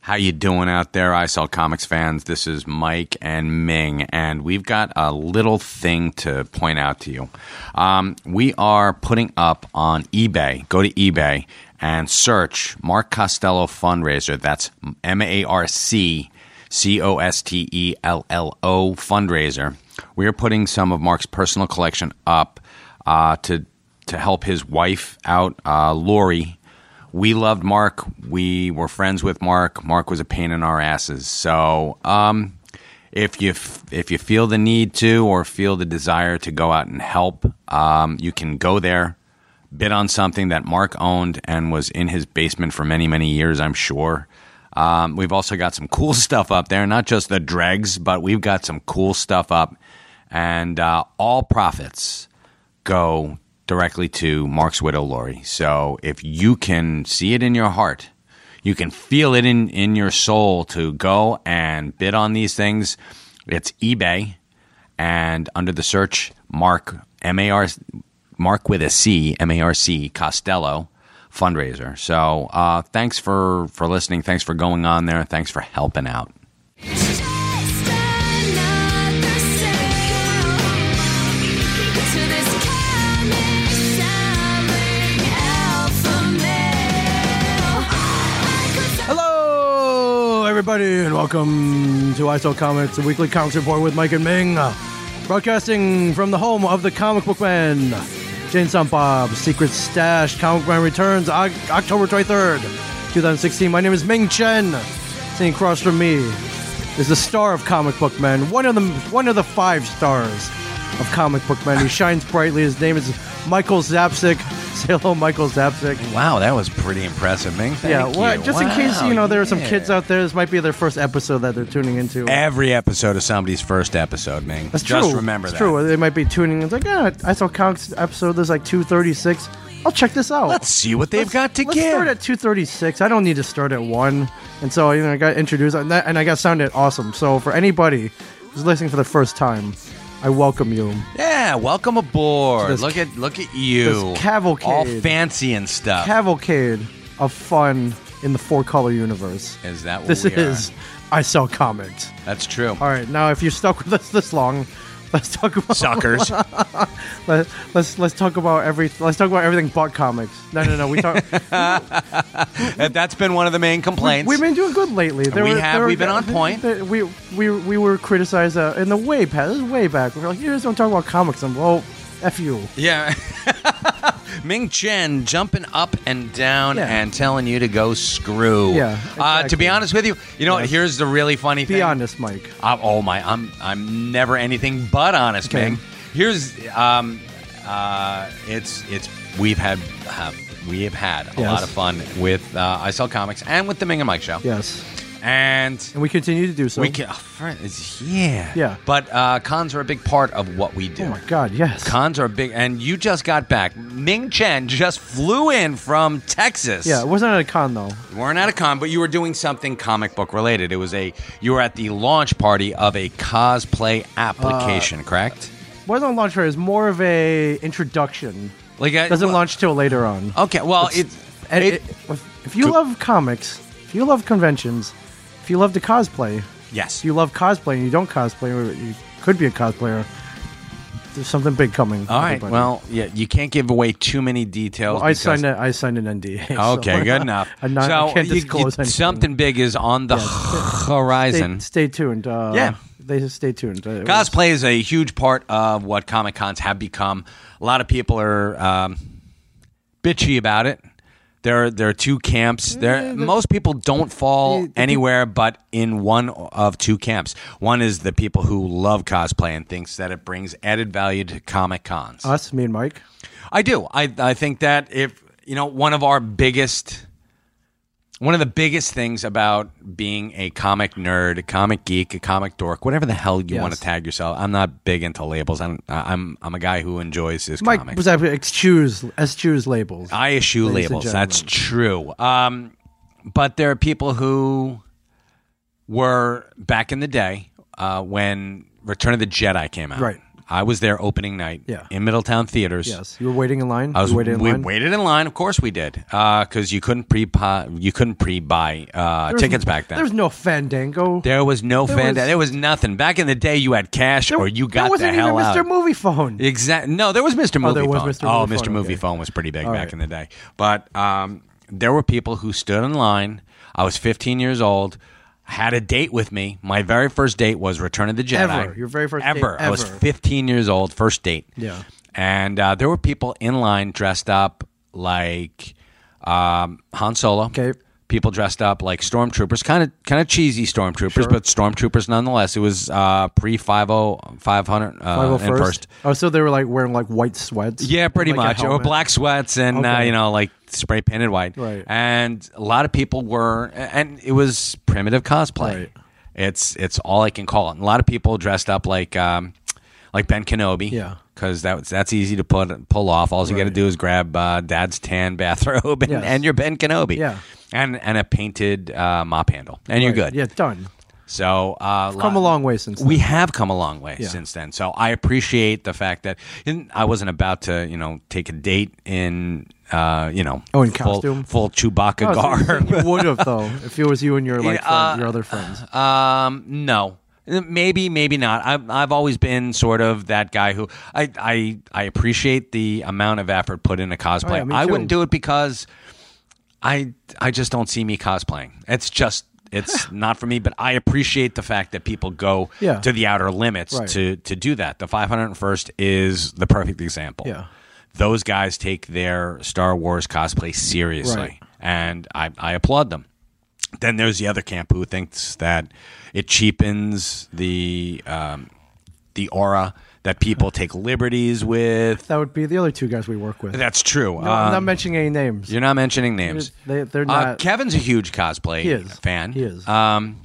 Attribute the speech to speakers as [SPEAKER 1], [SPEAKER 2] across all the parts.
[SPEAKER 1] How you doing out there? I sell comics fans. This is Mike and Ming, and we've got a little thing to point out to you. Um, we are putting up on eBay. Go to eBay and search Mark Costello fundraiser. That's M A R C C O S T E L L O fundraiser. We are putting some of Mark's personal collection up uh, to to help his wife out, uh, Lori we loved Mark. We were friends with Mark. Mark was a pain in our asses. So, um, if you f- if you feel the need to or feel the desire to go out and help, um, you can go there, bid on something that Mark owned and was in his basement for many many years. I'm sure. Um, we've also got some cool stuff up there, not just the dregs, but we've got some cool stuff up, and uh, all profits go directly to Mark's widow, Lori. So if you can see it in your heart, you can feel it in, in your soul to go and bid on these things. It's eBay, and under the search, Mark M A R Mark with a C M A R C Costello fundraiser. So uh, thanks for for listening. Thanks for going on there. Thanks for helping out.
[SPEAKER 2] Just another cycle to this comic sounding alpha male. I could
[SPEAKER 3] Hello, everybody, and welcome to ISO Comics, a weekly comics report with Mike and Ming. uh, Broadcasting from the home of the comic book man, Jane Silent Bob, Secret Stash, Comic Man returns O- October 23rd, 2016. My name is Ming Chen. Sitting across from me is the star of Comic Book Man, one of the, one of the five stars of Comic Book Man. He shines brightly. His name is Michael Zapsik. Say hello, Michael Zapsik
[SPEAKER 1] Wow, that was pretty impressive, Ming.
[SPEAKER 3] yeah,
[SPEAKER 1] Thank
[SPEAKER 3] well,
[SPEAKER 1] you.
[SPEAKER 3] just in case
[SPEAKER 1] Wow,
[SPEAKER 3] you know there are some
[SPEAKER 1] yeah.
[SPEAKER 3] kids out there, this might be their first episode that they're tuning into.
[SPEAKER 1] Every episode is somebody's first episode, Ming.
[SPEAKER 3] That's
[SPEAKER 1] just
[SPEAKER 3] true.
[SPEAKER 1] remember
[SPEAKER 3] It's
[SPEAKER 1] that.
[SPEAKER 3] true. They might be tuning. in. It's like, yeah, I saw Comics episode. There's like 236. I'll check this out.
[SPEAKER 1] Let's see what they've
[SPEAKER 3] Let's-
[SPEAKER 1] got to
[SPEAKER 3] let's
[SPEAKER 1] give.
[SPEAKER 3] start at 236. I don't need to start at one. And so you know, I got introduced, and, that, and I got sounded awesome. So for anybody who's listening for the first time, I welcome you.
[SPEAKER 1] Yeah, welcome aboard.
[SPEAKER 3] This-
[SPEAKER 1] look at look at you.
[SPEAKER 3] this cavalcade.
[SPEAKER 1] All fancy and stuff.
[SPEAKER 3] Cavalcade of fun in the four color universe.
[SPEAKER 1] is that what
[SPEAKER 3] This
[SPEAKER 1] we
[SPEAKER 3] is I saw comics.
[SPEAKER 1] Are? That's true.
[SPEAKER 3] All right, now if you're stuck with us this long, let's talk about
[SPEAKER 1] Suckers.
[SPEAKER 3] let, let's let's talk about every let's talk about everything but comics. No, no, no. We talk.
[SPEAKER 1] That- That's been one of the main complaints.
[SPEAKER 3] we've been doing good lately. There
[SPEAKER 1] We
[SPEAKER 3] were-
[SPEAKER 1] have.
[SPEAKER 3] there were-
[SPEAKER 1] We've been on point.
[SPEAKER 3] there- we we we were criticized uh, in the way past. This is way back. We were like, you guys don't talk about comics. I'm well, f you.
[SPEAKER 1] yeah. Ming Chen jumping up and down
[SPEAKER 3] Yeah.
[SPEAKER 1] and telling you to go screw.
[SPEAKER 3] Yeah,
[SPEAKER 1] Uh, to be
[SPEAKER 3] exactly.
[SPEAKER 1] honest with you, you know what?
[SPEAKER 3] Yes.
[SPEAKER 1] Here's the really funny
[SPEAKER 3] Be
[SPEAKER 1] thing.
[SPEAKER 3] honest, Mike.
[SPEAKER 1] I, oh my! I'm I'm never anything but honest,
[SPEAKER 3] Okay.
[SPEAKER 1] Ming. Here's um, uh, it's it's we've had uh, we have had a
[SPEAKER 3] Yes.
[SPEAKER 1] lot of fun with uh, I sell comics and with the Ming and Mike show.
[SPEAKER 3] Yes,
[SPEAKER 1] and
[SPEAKER 3] and we continue to do so.
[SPEAKER 1] we can oh, friend, it's- yeah
[SPEAKER 3] Yeah.
[SPEAKER 1] But uh, cons are a big part of what we do.
[SPEAKER 3] Oh my God! Yes.
[SPEAKER 1] Cons are a big, and you just got back. Ming Chen just flew in from Texas.
[SPEAKER 3] yeah, it wasn't at a con though.
[SPEAKER 1] You weren't at a con, but you were doing something comic book related. It was a you were at the launch party of a cosplay application,
[SPEAKER 3] Uh,
[SPEAKER 1] correct?
[SPEAKER 3] wasn't a launch fair. It was more of a introduction.
[SPEAKER 1] Like I-
[SPEAKER 3] Doesn't
[SPEAKER 1] Uh, well,
[SPEAKER 3] launch till later on.
[SPEAKER 1] Okay, well it's
[SPEAKER 3] And
[SPEAKER 1] Oh, it,
[SPEAKER 3] it- if if you love comics, if you love conventions, if you love to cosplay,
[SPEAKER 1] yes.
[SPEAKER 3] if you love cosplay and you don't cosplay, or you could be a cosplayer. There's something big coming.
[SPEAKER 1] all right.
[SPEAKER 3] everybody.
[SPEAKER 1] Well, yeah, you can't give away too many details.
[SPEAKER 3] Well, I
[SPEAKER 1] because-
[SPEAKER 3] signed a, I signed an NDA. so-
[SPEAKER 1] Okay, good enough.
[SPEAKER 3] I'm not- I
[SPEAKER 1] so
[SPEAKER 3] can't
[SPEAKER 1] you- you-
[SPEAKER 3] disclose anything.
[SPEAKER 1] something big is on the
[SPEAKER 3] Stay,
[SPEAKER 1] horizon.
[SPEAKER 3] stay tuned. Uh,
[SPEAKER 1] Yeah.
[SPEAKER 3] they just stay tuned. Uh, it was-
[SPEAKER 1] Cosplay is a huge part of what Comic Cons have become. A lot of people are um, bitchy about it. There are, there are two
[SPEAKER 3] Mm,
[SPEAKER 1] camps. There, most people don't fall
[SPEAKER 3] the- the-
[SPEAKER 1] anywhere but in one of two camps. One is the people who love cosplay and thinks that it brings added value to Comic Cons.
[SPEAKER 3] us, me and Mike.
[SPEAKER 1] I do. I I think that if you know one of our biggest one of the biggest things about being a comic nerd, a comic geek, a comic dork, whatever the hell you
[SPEAKER 3] Yes.
[SPEAKER 1] want to tag yourself. I'm not big into labels. I'm I'm I'm a guy who enjoys his
[SPEAKER 3] Mike
[SPEAKER 1] comics. Ah.
[SPEAKER 3] was that eschews eschews labels.
[SPEAKER 1] I issue
[SPEAKER 3] Ladies and
[SPEAKER 1] labels. That's true. Um, but there are people who were back in the day uh, when Return of the Jedi came out.
[SPEAKER 3] Right.
[SPEAKER 1] I was there opening night
[SPEAKER 3] Yeah.
[SPEAKER 1] in Middletown Theaters.
[SPEAKER 3] Yes, you were waiting in line.
[SPEAKER 1] I was,
[SPEAKER 3] you waited in
[SPEAKER 1] we
[SPEAKER 3] line.
[SPEAKER 1] waited in line. Of course, we did, because you couldn't pre you couldn't pre buy uh,
[SPEAKER 3] There was-
[SPEAKER 1] tickets back then.
[SPEAKER 3] There was no fandango.
[SPEAKER 1] There was no
[SPEAKER 3] There
[SPEAKER 1] fan.
[SPEAKER 3] was-
[SPEAKER 1] there was nothing back in the day. You had cash,
[SPEAKER 3] There-
[SPEAKER 1] or you got
[SPEAKER 3] there wasn't
[SPEAKER 1] the hell
[SPEAKER 3] even
[SPEAKER 1] out.
[SPEAKER 3] Mr. Movie Phone.
[SPEAKER 1] Exact. No, there was Mr. Movie
[SPEAKER 3] there was
[SPEAKER 1] Phone.
[SPEAKER 3] Mr.
[SPEAKER 1] Oh,
[SPEAKER 3] Movie
[SPEAKER 1] Mr.
[SPEAKER 3] Phone,
[SPEAKER 1] Movie
[SPEAKER 3] okay.
[SPEAKER 1] Phone was pretty big back
[SPEAKER 3] right.
[SPEAKER 1] in the day. But um, there were people who stood in line. I was 15 years old. Had a date with me. My very first date was Return of the Jedi.
[SPEAKER 3] Ever. Your very first date
[SPEAKER 1] ever. I was
[SPEAKER 3] ever.
[SPEAKER 1] 15 years old. First date.
[SPEAKER 3] Yeah.
[SPEAKER 1] And uh, there were people in line dressed up like um, Han Solo.
[SPEAKER 3] Okay.
[SPEAKER 1] People dressed up like stormtroopers, kind of kind of cheesy stormtroopers, but stormtroopers nonetheless. It was uh, pre 50 500 uh, and
[SPEAKER 3] 501st.
[SPEAKER 1] first.
[SPEAKER 3] Oh, so they were like wearing like white sweats.
[SPEAKER 1] Yeah,
[SPEAKER 3] and,
[SPEAKER 1] pretty
[SPEAKER 3] like,
[SPEAKER 1] much.
[SPEAKER 3] a
[SPEAKER 1] Or
[SPEAKER 3] helmet.
[SPEAKER 1] black sweats and, uh,
[SPEAKER 3] Okay.
[SPEAKER 1] you know, like spray painted white.
[SPEAKER 3] Right.
[SPEAKER 1] And a lot of people were, and it was primitive cosplay.
[SPEAKER 3] Right.
[SPEAKER 1] It's it's all I can call it. And a lot of people dressed up like um, like Ben Kenobi.
[SPEAKER 3] Yeah.
[SPEAKER 1] Because that's that's easy to put pull off. All you got to
[SPEAKER 3] Right.
[SPEAKER 1] do is grab uh, Dad's tan bathrobe and,
[SPEAKER 3] Yes.
[SPEAKER 1] and your Ben Kenobi.
[SPEAKER 3] Yeah.
[SPEAKER 1] And and a painted uh, mop handle, and you're
[SPEAKER 3] Right.
[SPEAKER 1] good.
[SPEAKER 3] Yeah, done.
[SPEAKER 1] So uh,
[SPEAKER 3] Come a long way since
[SPEAKER 1] we have come a long way
[SPEAKER 3] Yeah.
[SPEAKER 1] since then. So I appreciate the fact that and I wasn't about to, you know, take a date in, uh, you know,
[SPEAKER 3] Oh, in
[SPEAKER 1] full,
[SPEAKER 3] costume?
[SPEAKER 1] full Chewbacca
[SPEAKER 3] Oh, so you said
[SPEAKER 1] garb.
[SPEAKER 3] you would have though if it was you and your like
[SPEAKER 1] Yeah, uh,
[SPEAKER 3] friend- your other friends.
[SPEAKER 1] um, no, maybe, maybe not. I've I've always been sort of that guy who I I I appreciate the amount of effort put into cosplay.
[SPEAKER 3] Oh, yeah, me
[SPEAKER 1] I
[SPEAKER 3] too.
[SPEAKER 1] wouldn't do it because I I just don't see me cosplaying. It's just. It's not for me, but I appreciate the fact that people go
[SPEAKER 3] Yeah.
[SPEAKER 1] to the outer limits
[SPEAKER 3] Right.
[SPEAKER 1] to to do that. The 501st is the perfect example.
[SPEAKER 3] Yeah.
[SPEAKER 1] Those guys take their Star Wars cosplay seriously,
[SPEAKER 3] Right.
[SPEAKER 1] and I, I applaud them. Then there's the other camp who thinks that it cheapens the um, the aura that people take liberties with.
[SPEAKER 3] That would be the other two guys we work with.
[SPEAKER 1] That's true.
[SPEAKER 3] No, I'm not
[SPEAKER 1] Um,
[SPEAKER 3] mentioning any names.
[SPEAKER 1] you're not mentioning names.
[SPEAKER 3] They, they're
[SPEAKER 1] Uh,
[SPEAKER 3] not.
[SPEAKER 1] Kevin's a huge cosplay
[SPEAKER 3] He is.
[SPEAKER 1] fan.
[SPEAKER 3] He is.
[SPEAKER 1] Um,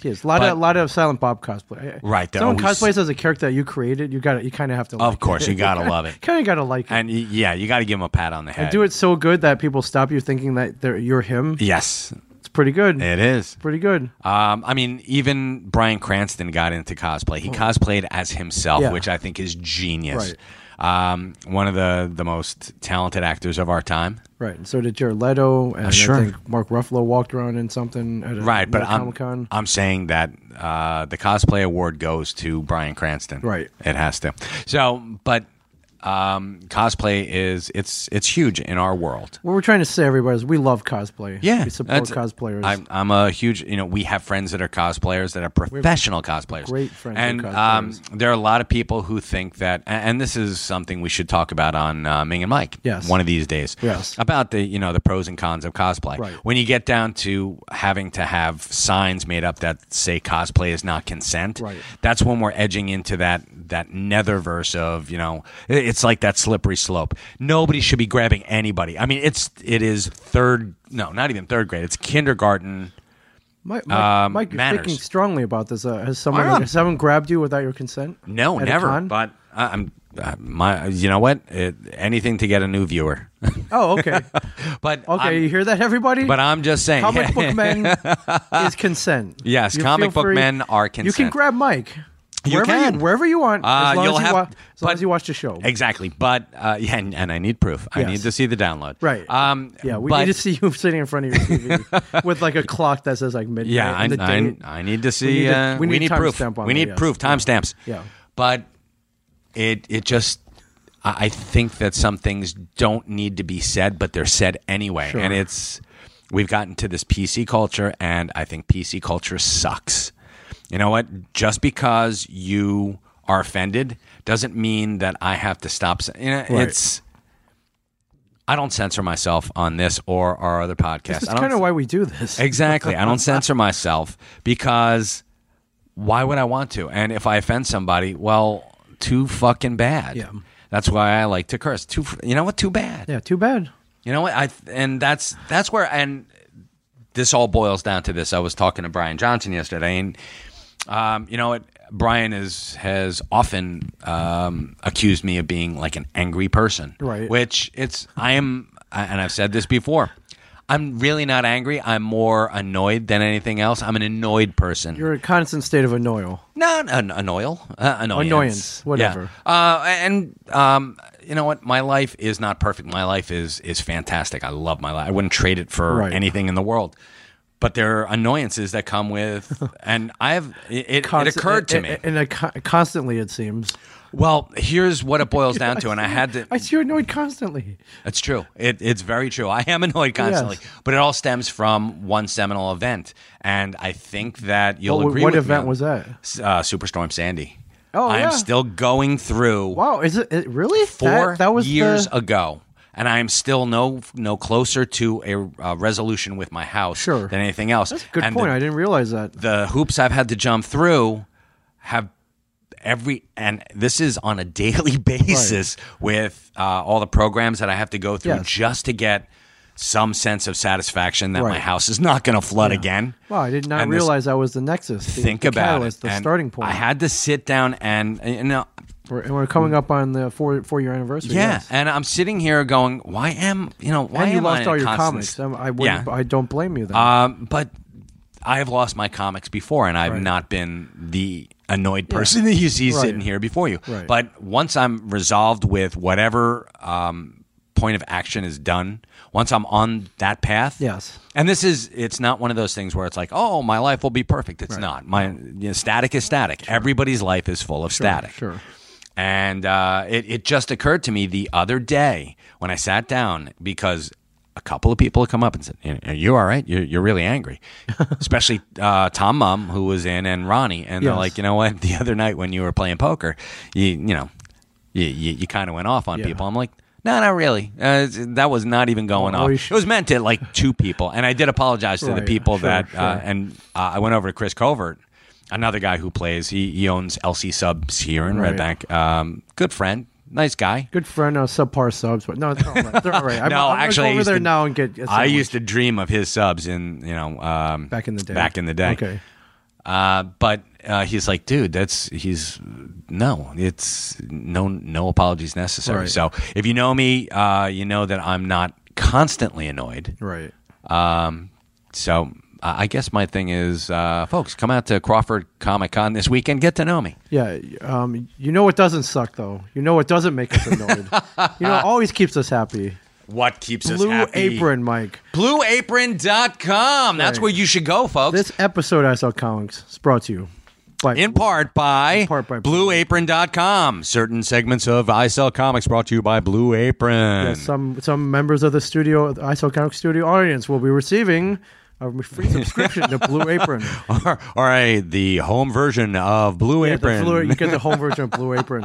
[SPEAKER 3] he is. A lot
[SPEAKER 1] but-
[SPEAKER 3] of lot of Silent Bob cosplay.
[SPEAKER 1] Right, they're
[SPEAKER 3] Someone
[SPEAKER 1] always-
[SPEAKER 3] cosplays as a character that you created. You got to You kind of have to. Like
[SPEAKER 1] of course, you gotta love it.
[SPEAKER 3] Kind of got to like it.
[SPEAKER 1] And y- yeah, you gotta give him a pat on the head.
[SPEAKER 3] And do it so good that people stop you thinking that they're, you're him.
[SPEAKER 1] Yes,
[SPEAKER 3] It's pretty good.
[SPEAKER 1] it is.
[SPEAKER 3] pretty good.
[SPEAKER 1] Um, I mean, even Brian Cranston got into cosplay. He cosplayed as himself,
[SPEAKER 3] Oh. Yeah.
[SPEAKER 1] which I think is genius. Um, one of the, the most talented actors of our time.
[SPEAKER 3] Right. And so did Jared Leto, and
[SPEAKER 1] sure.
[SPEAKER 3] I think Mark Ruffalo walked around in something at a,
[SPEAKER 1] Right, but
[SPEAKER 3] Comic Con.
[SPEAKER 1] I'm, I'm saying that uh, the cosplay award goes to Brian Cranston.
[SPEAKER 3] Right.
[SPEAKER 1] It has to. So, but um, cosplay is it's it's huge in our world.
[SPEAKER 3] What we're trying to say, everybody, is we love cosplay.
[SPEAKER 1] Yeah,
[SPEAKER 3] we support
[SPEAKER 1] that's-
[SPEAKER 3] cosplayers.
[SPEAKER 1] I'm, I'm a huge, you know, we have friends that are cosplayers that are professional cosplayers.
[SPEAKER 3] great friends who are
[SPEAKER 1] and
[SPEAKER 3] cosplayers.
[SPEAKER 1] um, there are a lot of people who think that, a- and this is something we should talk about on uh, Ming and Mike.
[SPEAKER 3] Yes.
[SPEAKER 1] one of these days.
[SPEAKER 3] Yes.
[SPEAKER 1] about the you know the pros and cons of cosplay.
[SPEAKER 3] Right.
[SPEAKER 1] When you get down to having to have signs made up that say cosplay is not consent,
[SPEAKER 3] Right.
[SPEAKER 1] that's when we're edging into that that netherverse of you know i- it's like that slippery slope nobody should be grabbing anybody i mean it's it is third no not even third grade it's kindergarten
[SPEAKER 3] Mike, Mike,
[SPEAKER 1] um,
[SPEAKER 3] Mike you're
[SPEAKER 1] manners.
[SPEAKER 3] speaking strongly about this. Uh, has someone
[SPEAKER 1] I am.
[SPEAKER 3] has someone grabbed you without your consent?
[SPEAKER 1] no
[SPEAKER 3] At a
[SPEAKER 1] never
[SPEAKER 3] con?
[SPEAKER 1] but I, i'm uh, my you know what it, anything to get a new viewer
[SPEAKER 3] oh, okay, okay.
[SPEAKER 1] but I'm,
[SPEAKER 3] you hear that, everybody?
[SPEAKER 1] but i'm just saying
[SPEAKER 3] comic book men is consent.
[SPEAKER 1] Yes,
[SPEAKER 3] You
[SPEAKER 1] comic
[SPEAKER 3] feel
[SPEAKER 1] book men are
[SPEAKER 3] You can
[SPEAKER 1] consent.
[SPEAKER 3] grab Mike.
[SPEAKER 1] You
[SPEAKER 3] wherever
[SPEAKER 1] can.
[SPEAKER 3] you, wherever you want,
[SPEAKER 1] Uh,
[SPEAKER 3] as long,
[SPEAKER 1] you'll
[SPEAKER 3] as you,
[SPEAKER 1] have-
[SPEAKER 3] wa- as, long
[SPEAKER 1] but-
[SPEAKER 3] as you watch the show.
[SPEAKER 1] Exactly, but uh, yeah, and, and I need proof. I
[SPEAKER 3] Yes.
[SPEAKER 1] need to see the download.
[SPEAKER 3] Right.
[SPEAKER 1] Um,
[SPEAKER 3] Yeah, we
[SPEAKER 1] but-
[SPEAKER 3] need to see you sitting in front of your TV with like a clock that says like midnight.
[SPEAKER 1] Yeah, I,
[SPEAKER 3] and the
[SPEAKER 1] I,
[SPEAKER 3] date.
[SPEAKER 1] I need to see.
[SPEAKER 3] need a-
[SPEAKER 1] uh,
[SPEAKER 3] we
[SPEAKER 1] we
[SPEAKER 3] need
[SPEAKER 1] need, proof.
[SPEAKER 3] timestamp on
[SPEAKER 1] we
[SPEAKER 3] there,
[SPEAKER 1] need
[SPEAKER 3] yes.
[SPEAKER 1] proof. Timestamps.
[SPEAKER 3] Yeah.
[SPEAKER 1] But it it just I I think that some things don't need to be said, but they're said anyway,
[SPEAKER 3] Sure.
[SPEAKER 1] and it's we've gotten to this PC culture, and I think PC culture sucks. You know what? Just because you are offended doesn't mean that I have to stop. sa- You know,
[SPEAKER 3] Right.
[SPEAKER 1] It's I don't censor myself on this or our other podcast.
[SPEAKER 3] That's
[SPEAKER 1] I don't
[SPEAKER 3] kind of why we do this.
[SPEAKER 1] Exactly. I don't censor myself because why would I want to? And if I offend somebody, well, too fucking bad.
[SPEAKER 3] Yeah.
[SPEAKER 1] That's why I like to curse. Too, you know what? Too bad.
[SPEAKER 3] yeah, too bad.
[SPEAKER 1] You know what? I and that's that's where and this all boils down to this. I was talking to Brian Johnson yesterday, and um, you know, it, Brian is has often um, accused me of being like an angry person,
[SPEAKER 3] Right.
[SPEAKER 1] Which it's I am, I- and I've said this before. I'm really not angry. I'm more annoyed than anything else. I'm an annoyed person.
[SPEAKER 3] You're in a constant state of annoyal.
[SPEAKER 1] Not an annoyal. Uh, annoyance.
[SPEAKER 3] Annoyance,
[SPEAKER 1] Yeah.
[SPEAKER 3] whatever.
[SPEAKER 1] Uh, and um, you know what? My life is not perfect. My life is is fantastic. I love my life. I wouldn't trade it for
[SPEAKER 3] Right.
[SPEAKER 1] anything in the world. But there are annoyances that come with, and I've it, it, it occurred to me.
[SPEAKER 3] And, and, and constantly, it seems.
[SPEAKER 1] well, here's what it boils down to, and I had to.
[SPEAKER 3] I see you're annoyed constantly.
[SPEAKER 1] That's true. It, it's very true. I am annoyed constantly, but it all stems from one seminal event, and I think that you'll
[SPEAKER 3] What-
[SPEAKER 1] agree.
[SPEAKER 3] what
[SPEAKER 1] with me
[SPEAKER 3] event
[SPEAKER 1] on-
[SPEAKER 3] was that?
[SPEAKER 1] S- Uh, Superstorm Sandy.
[SPEAKER 3] Oh,
[SPEAKER 1] I
[SPEAKER 3] yeah.
[SPEAKER 1] am still going through
[SPEAKER 3] Wow, is it, it really
[SPEAKER 1] four
[SPEAKER 3] that, that was
[SPEAKER 1] years
[SPEAKER 3] the,
[SPEAKER 1] ago, and I am still no no closer to a uh, resolution with my house
[SPEAKER 3] Sure.
[SPEAKER 1] than anything else.
[SPEAKER 3] That's a good
[SPEAKER 1] And
[SPEAKER 3] point.
[SPEAKER 1] the-
[SPEAKER 3] I didn't realize that.
[SPEAKER 1] the hoops I've had to jump through have every and this is on a daily basis with uh, all the programs that I have to go through
[SPEAKER 3] Yes.
[SPEAKER 1] just to get some sense of satisfaction that my
[SPEAKER 3] Right.
[SPEAKER 1] house is not going to flood again.
[SPEAKER 3] Wow, I did not
[SPEAKER 1] And this-
[SPEAKER 3] realize that was the nexus. The,
[SPEAKER 1] think
[SPEAKER 3] the
[SPEAKER 1] about
[SPEAKER 3] catalyst,
[SPEAKER 1] it.
[SPEAKER 3] the
[SPEAKER 1] And
[SPEAKER 3] starting point.
[SPEAKER 1] I had to sit down and uh, you know
[SPEAKER 3] we're, and we're coming up on the four four year anniversary.
[SPEAKER 1] yeah,
[SPEAKER 3] yes.
[SPEAKER 1] and I'm sitting here going, why am you know why
[SPEAKER 3] and you
[SPEAKER 1] am I
[SPEAKER 3] lost
[SPEAKER 1] in
[SPEAKER 3] all
[SPEAKER 1] a
[SPEAKER 3] your
[SPEAKER 1] constant
[SPEAKER 3] comics.
[SPEAKER 1] st-
[SPEAKER 3] I'm- I wouldn't,
[SPEAKER 1] Yeah.
[SPEAKER 3] I don't blame you. Then.
[SPEAKER 1] Um, but I have lost my comics before, and I've
[SPEAKER 3] Right.
[SPEAKER 1] not been the annoyed person that you see
[SPEAKER 3] Right.
[SPEAKER 1] sitting here before you.
[SPEAKER 3] Right.
[SPEAKER 1] But once I'm resolved with whatever um, point of action is done, once I'm on that path,
[SPEAKER 3] Yes.
[SPEAKER 1] And this is it's not one of those things where it's like, oh, my life will be perfect. It's not. My you know, static is static. Everybody's life is full of static.
[SPEAKER 3] sure.
[SPEAKER 1] And uh, it, it just occurred to me the other day when I sat down because a couple of people had come up and said, "Are you all right? You're, you're really angry." Especially uh, Tom Mum, who was in, and Ronnie, and they're
[SPEAKER 3] Yes.
[SPEAKER 1] like, "You know what? The other night when you were playing poker, you you know, you you, you kind of went off on
[SPEAKER 3] Yeah.
[SPEAKER 1] people." I'm like. No, not really. Uh, it's- that was not even going
[SPEAKER 3] Well,
[SPEAKER 1] off.
[SPEAKER 3] you
[SPEAKER 1] It
[SPEAKER 3] should-
[SPEAKER 1] was meant to like two people, and I did apologize to to
[SPEAKER 3] Right.
[SPEAKER 1] the people
[SPEAKER 3] Sure,
[SPEAKER 1] that uh,
[SPEAKER 3] sure.
[SPEAKER 1] and uh, I went over to Chris Covert, another guy who plays. He, he owns LC Subs here in
[SPEAKER 3] Right.
[SPEAKER 1] Red Bank. Um, good friend, nice guy.
[SPEAKER 3] Good friend, uh, subpar subs, but no, it's all right. They're all right. I'm,
[SPEAKER 1] no,
[SPEAKER 3] I'm gonna
[SPEAKER 1] actually,
[SPEAKER 3] go
[SPEAKER 1] I
[SPEAKER 3] over
[SPEAKER 1] used
[SPEAKER 3] there
[SPEAKER 1] to-
[SPEAKER 3] now and get.
[SPEAKER 1] I used to dream of his subs in you know um,
[SPEAKER 3] back in the day.
[SPEAKER 1] Back in the day.
[SPEAKER 3] Okay.
[SPEAKER 1] Uh, but uh, he's like, dude, that's he's no, it's no no apologies necessary.
[SPEAKER 3] Right.
[SPEAKER 1] So if you know me, uh, you know that I'm not constantly annoyed.
[SPEAKER 3] Right.
[SPEAKER 1] So uh, I guess my thing is, uh, folks, come out to Crawford Comic Con this weekend. Get to know me.
[SPEAKER 3] Yeah. Um, you know what doesn't suck though. You know what doesn't make us annoyed. you know, what always keeps us happy.
[SPEAKER 1] What keeps
[SPEAKER 3] Blue apron, Mike.
[SPEAKER 1] BlueApron.com. That's
[SPEAKER 3] Right.
[SPEAKER 1] where you should go, folks.
[SPEAKER 3] This episode of SL Comics is brought to you by
[SPEAKER 1] in part by,
[SPEAKER 3] part by
[SPEAKER 1] BlueApron.com. Certain segments of I Sell Comics brought to you by Blue Apron.
[SPEAKER 3] Yeah, some some members of the studio, the ISO Comic Studio audience, will be receiving a free subscription to Blue Apron.
[SPEAKER 1] or, or a, the home version of Blue
[SPEAKER 3] Yeah, the
[SPEAKER 1] Apron.
[SPEAKER 3] Blue- you get the home version of Blue Apron.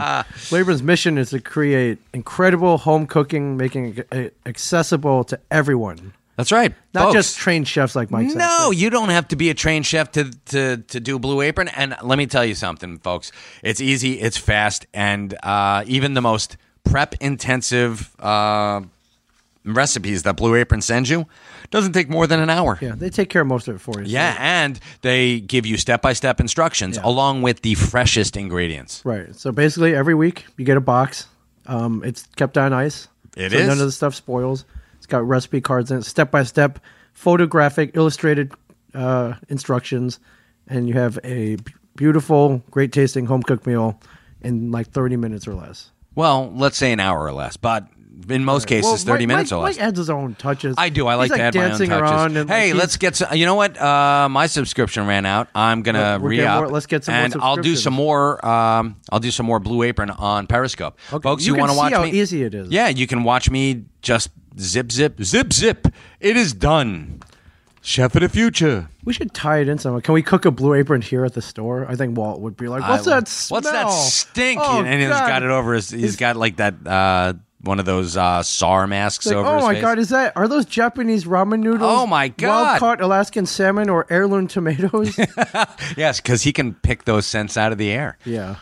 [SPEAKER 3] Blue Apron's mission is to create incredible home cooking, making it uh, accessible to everyone,
[SPEAKER 1] That's right.
[SPEAKER 3] not
[SPEAKER 1] folks.
[SPEAKER 3] just trained chefs like Mike. said,
[SPEAKER 1] No, you don't have to be a trained chef to, to to do Blue Apron. And let me tell you something, folks. It's easy, it's fast, and uh, even the most prep intensive uh, recipes that Blue Apron sends you doesn't take more than an hour.
[SPEAKER 3] but- yeah, they take care of most of it for you. so-
[SPEAKER 1] Yeah, and they give you step by step instructions
[SPEAKER 3] Yeah.
[SPEAKER 1] along with the freshest ingredients.
[SPEAKER 3] right. So basically, every week you get a box. Um, it's kept on ice.
[SPEAKER 1] It
[SPEAKER 3] so
[SPEAKER 1] is.
[SPEAKER 3] None of the stuff spoils. It's got recipe cards in it, step by step, photographic, illustrated uh, instructions, and you have a b- beautiful, great tasting home cooked meal in like thirty minutes or less.
[SPEAKER 1] Well, let's say an hour or less, but in most cases,
[SPEAKER 3] Well,
[SPEAKER 1] 30
[SPEAKER 3] Mike-
[SPEAKER 1] minutes
[SPEAKER 3] Mike,
[SPEAKER 1] or less.
[SPEAKER 3] Mike adds his own touches.
[SPEAKER 1] I do. I like
[SPEAKER 3] He's,
[SPEAKER 1] to add my own
[SPEAKER 3] dancing Around
[SPEAKER 1] touches.
[SPEAKER 3] and,
[SPEAKER 1] Hey,
[SPEAKER 3] like,
[SPEAKER 1] let's get some. You know what? Uh, my subscription ran out. I'm gonna
[SPEAKER 3] We're
[SPEAKER 1] re
[SPEAKER 3] getting
[SPEAKER 1] up.
[SPEAKER 3] more- let's get some more
[SPEAKER 1] And I'll do some
[SPEAKER 3] subscriptions.
[SPEAKER 1] more. Um, I'll do some more Blue Apron on Periscope, folks.
[SPEAKER 3] you
[SPEAKER 1] You,
[SPEAKER 3] can
[SPEAKER 1] want to
[SPEAKER 3] see
[SPEAKER 1] watch
[SPEAKER 3] how
[SPEAKER 1] me?
[SPEAKER 3] easy it is.
[SPEAKER 1] Yeah, you can watch me just zip, zip, zip, zip. It is done. Chef of the future.
[SPEAKER 3] we should tie it in somehow. Can we cook a blue apron here at the store? I think Walt would be like, "What's
[SPEAKER 1] I-
[SPEAKER 3] that smell?
[SPEAKER 1] What's that stink?
[SPEAKER 3] Oh,
[SPEAKER 1] and he's
[SPEAKER 3] God.
[SPEAKER 1] got it over his. he's got like that. Uh, one of those uh, SAR masks
[SPEAKER 3] Like,
[SPEAKER 1] over
[SPEAKER 3] oh
[SPEAKER 1] his
[SPEAKER 3] my
[SPEAKER 1] face.
[SPEAKER 3] god, is that are those Japanese ramen noodles?
[SPEAKER 1] Oh, my
[SPEAKER 3] Wild
[SPEAKER 1] God.
[SPEAKER 3] caught Alaskan salmon or heirloom tomatoes?
[SPEAKER 1] Yes, because he can pick those scents out of the air.
[SPEAKER 3] yeah,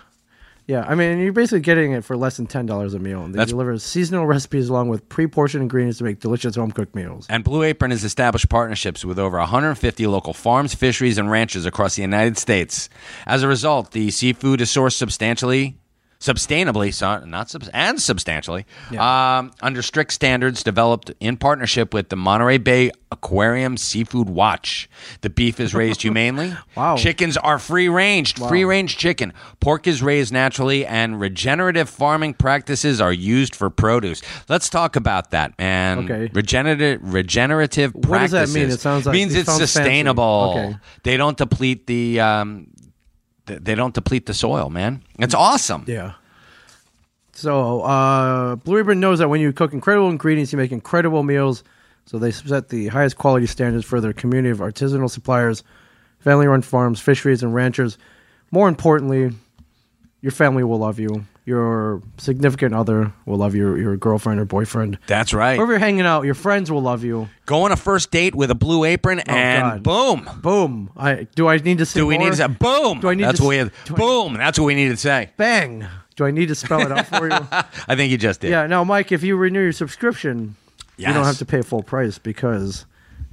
[SPEAKER 3] yeah. I mean, you're basically getting it for less than ten dollars a meal. And they
[SPEAKER 1] That's-
[SPEAKER 3] deliver seasonal recipes along with pre-portioned ingredients to make delicious home cooked meals.
[SPEAKER 1] And Blue Apron has established partnerships with over 150 local farms, fisheries, and ranches across the United States. As a result, the seafood is sourced substantially sustainably, so not sub- and substantially,
[SPEAKER 3] Yeah.
[SPEAKER 1] um, under strict standards developed in partnership with the Monterey Bay Aquarium Seafood Watch. The beef is raised humanely.
[SPEAKER 3] Wow.
[SPEAKER 1] Chickens are free range, free range chicken. Pork is raised naturally, and regenerative farming practices are used for produce. Let's talk about that, man.
[SPEAKER 3] Okay.
[SPEAKER 1] Mm. Regenerative, regenerative
[SPEAKER 3] What does that mean?
[SPEAKER 1] practices.
[SPEAKER 3] It sounds like-
[SPEAKER 1] means
[SPEAKER 3] it
[SPEAKER 1] it's
[SPEAKER 3] sounds fancy.
[SPEAKER 1] sustainable.
[SPEAKER 3] Okay.
[SPEAKER 1] They don't deplete the um, th- they don't deplete the soil, man. It's awesome.
[SPEAKER 3] Yeah. So, uh, Blue Ribbon knows that when you cook incredible ingredients, you make incredible meals. So they set the highest quality standards for their community of artisanal suppliers, family-run farms, fisheries, and ranchers. More importantly, your family will love you. Your significant other will love you. Your girlfriend or boyfriend,
[SPEAKER 1] That's right.
[SPEAKER 3] whoever you're hanging out, your friends will love you.
[SPEAKER 1] Go on a first date with a blue apron, and
[SPEAKER 3] Oh, God.
[SPEAKER 1] boom.
[SPEAKER 3] Boom! I do. I need to see.
[SPEAKER 1] Do we
[SPEAKER 3] more?
[SPEAKER 1] need to say boom?
[SPEAKER 3] Do I need
[SPEAKER 1] that's
[SPEAKER 3] to
[SPEAKER 1] what we
[SPEAKER 3] s- do I-
[SPEAKER 1] boom. That's what we need to say.
[SPEAKER 3] Bang! Do I need to spell it out for you?
[SPEAKER 1] I think you just did.
[SPEAKER 3] Yeah, now, Mike, if you renew your subscription, you don't
[SPEAKER 1] Yes.
[SPEAKER 3] have to pay full price because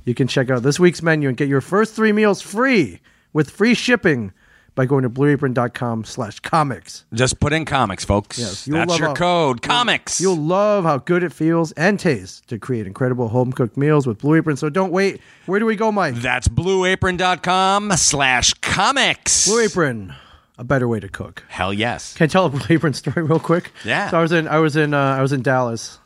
[SPEAKER 3] you can check out this week's menu and get your first three meals free with free shipping by going to blueapron.com slash comics.
[SPEAKER 1] Just put in comics, folks.
[SPEAKER 3] Yes, you'll
[SPEAKER 1] that's
[SPEAKER 3] love
[SPEAKER 1] your
[SPEAKER 3] our-
[SPEAKER 1] code. comics.
[SPEAKER 3] You'll love how good it feels and tastes to create incredible home-cooked meals with Blue Apron, so don't wait. Where do we go, Mike?
[SPEAKER 1] that's blueapron.com slash comics.
[SPEAKER 3] Blue Apron, a better way to cook.
[SPEAKER 1] Hell yes.
[SPEAKER 3] Can I tell a Blue Apron story real quick?
[SPEAKER 1] Yeah.
[SPEAKER 3] So I was in I was in uh, I was in Dallas,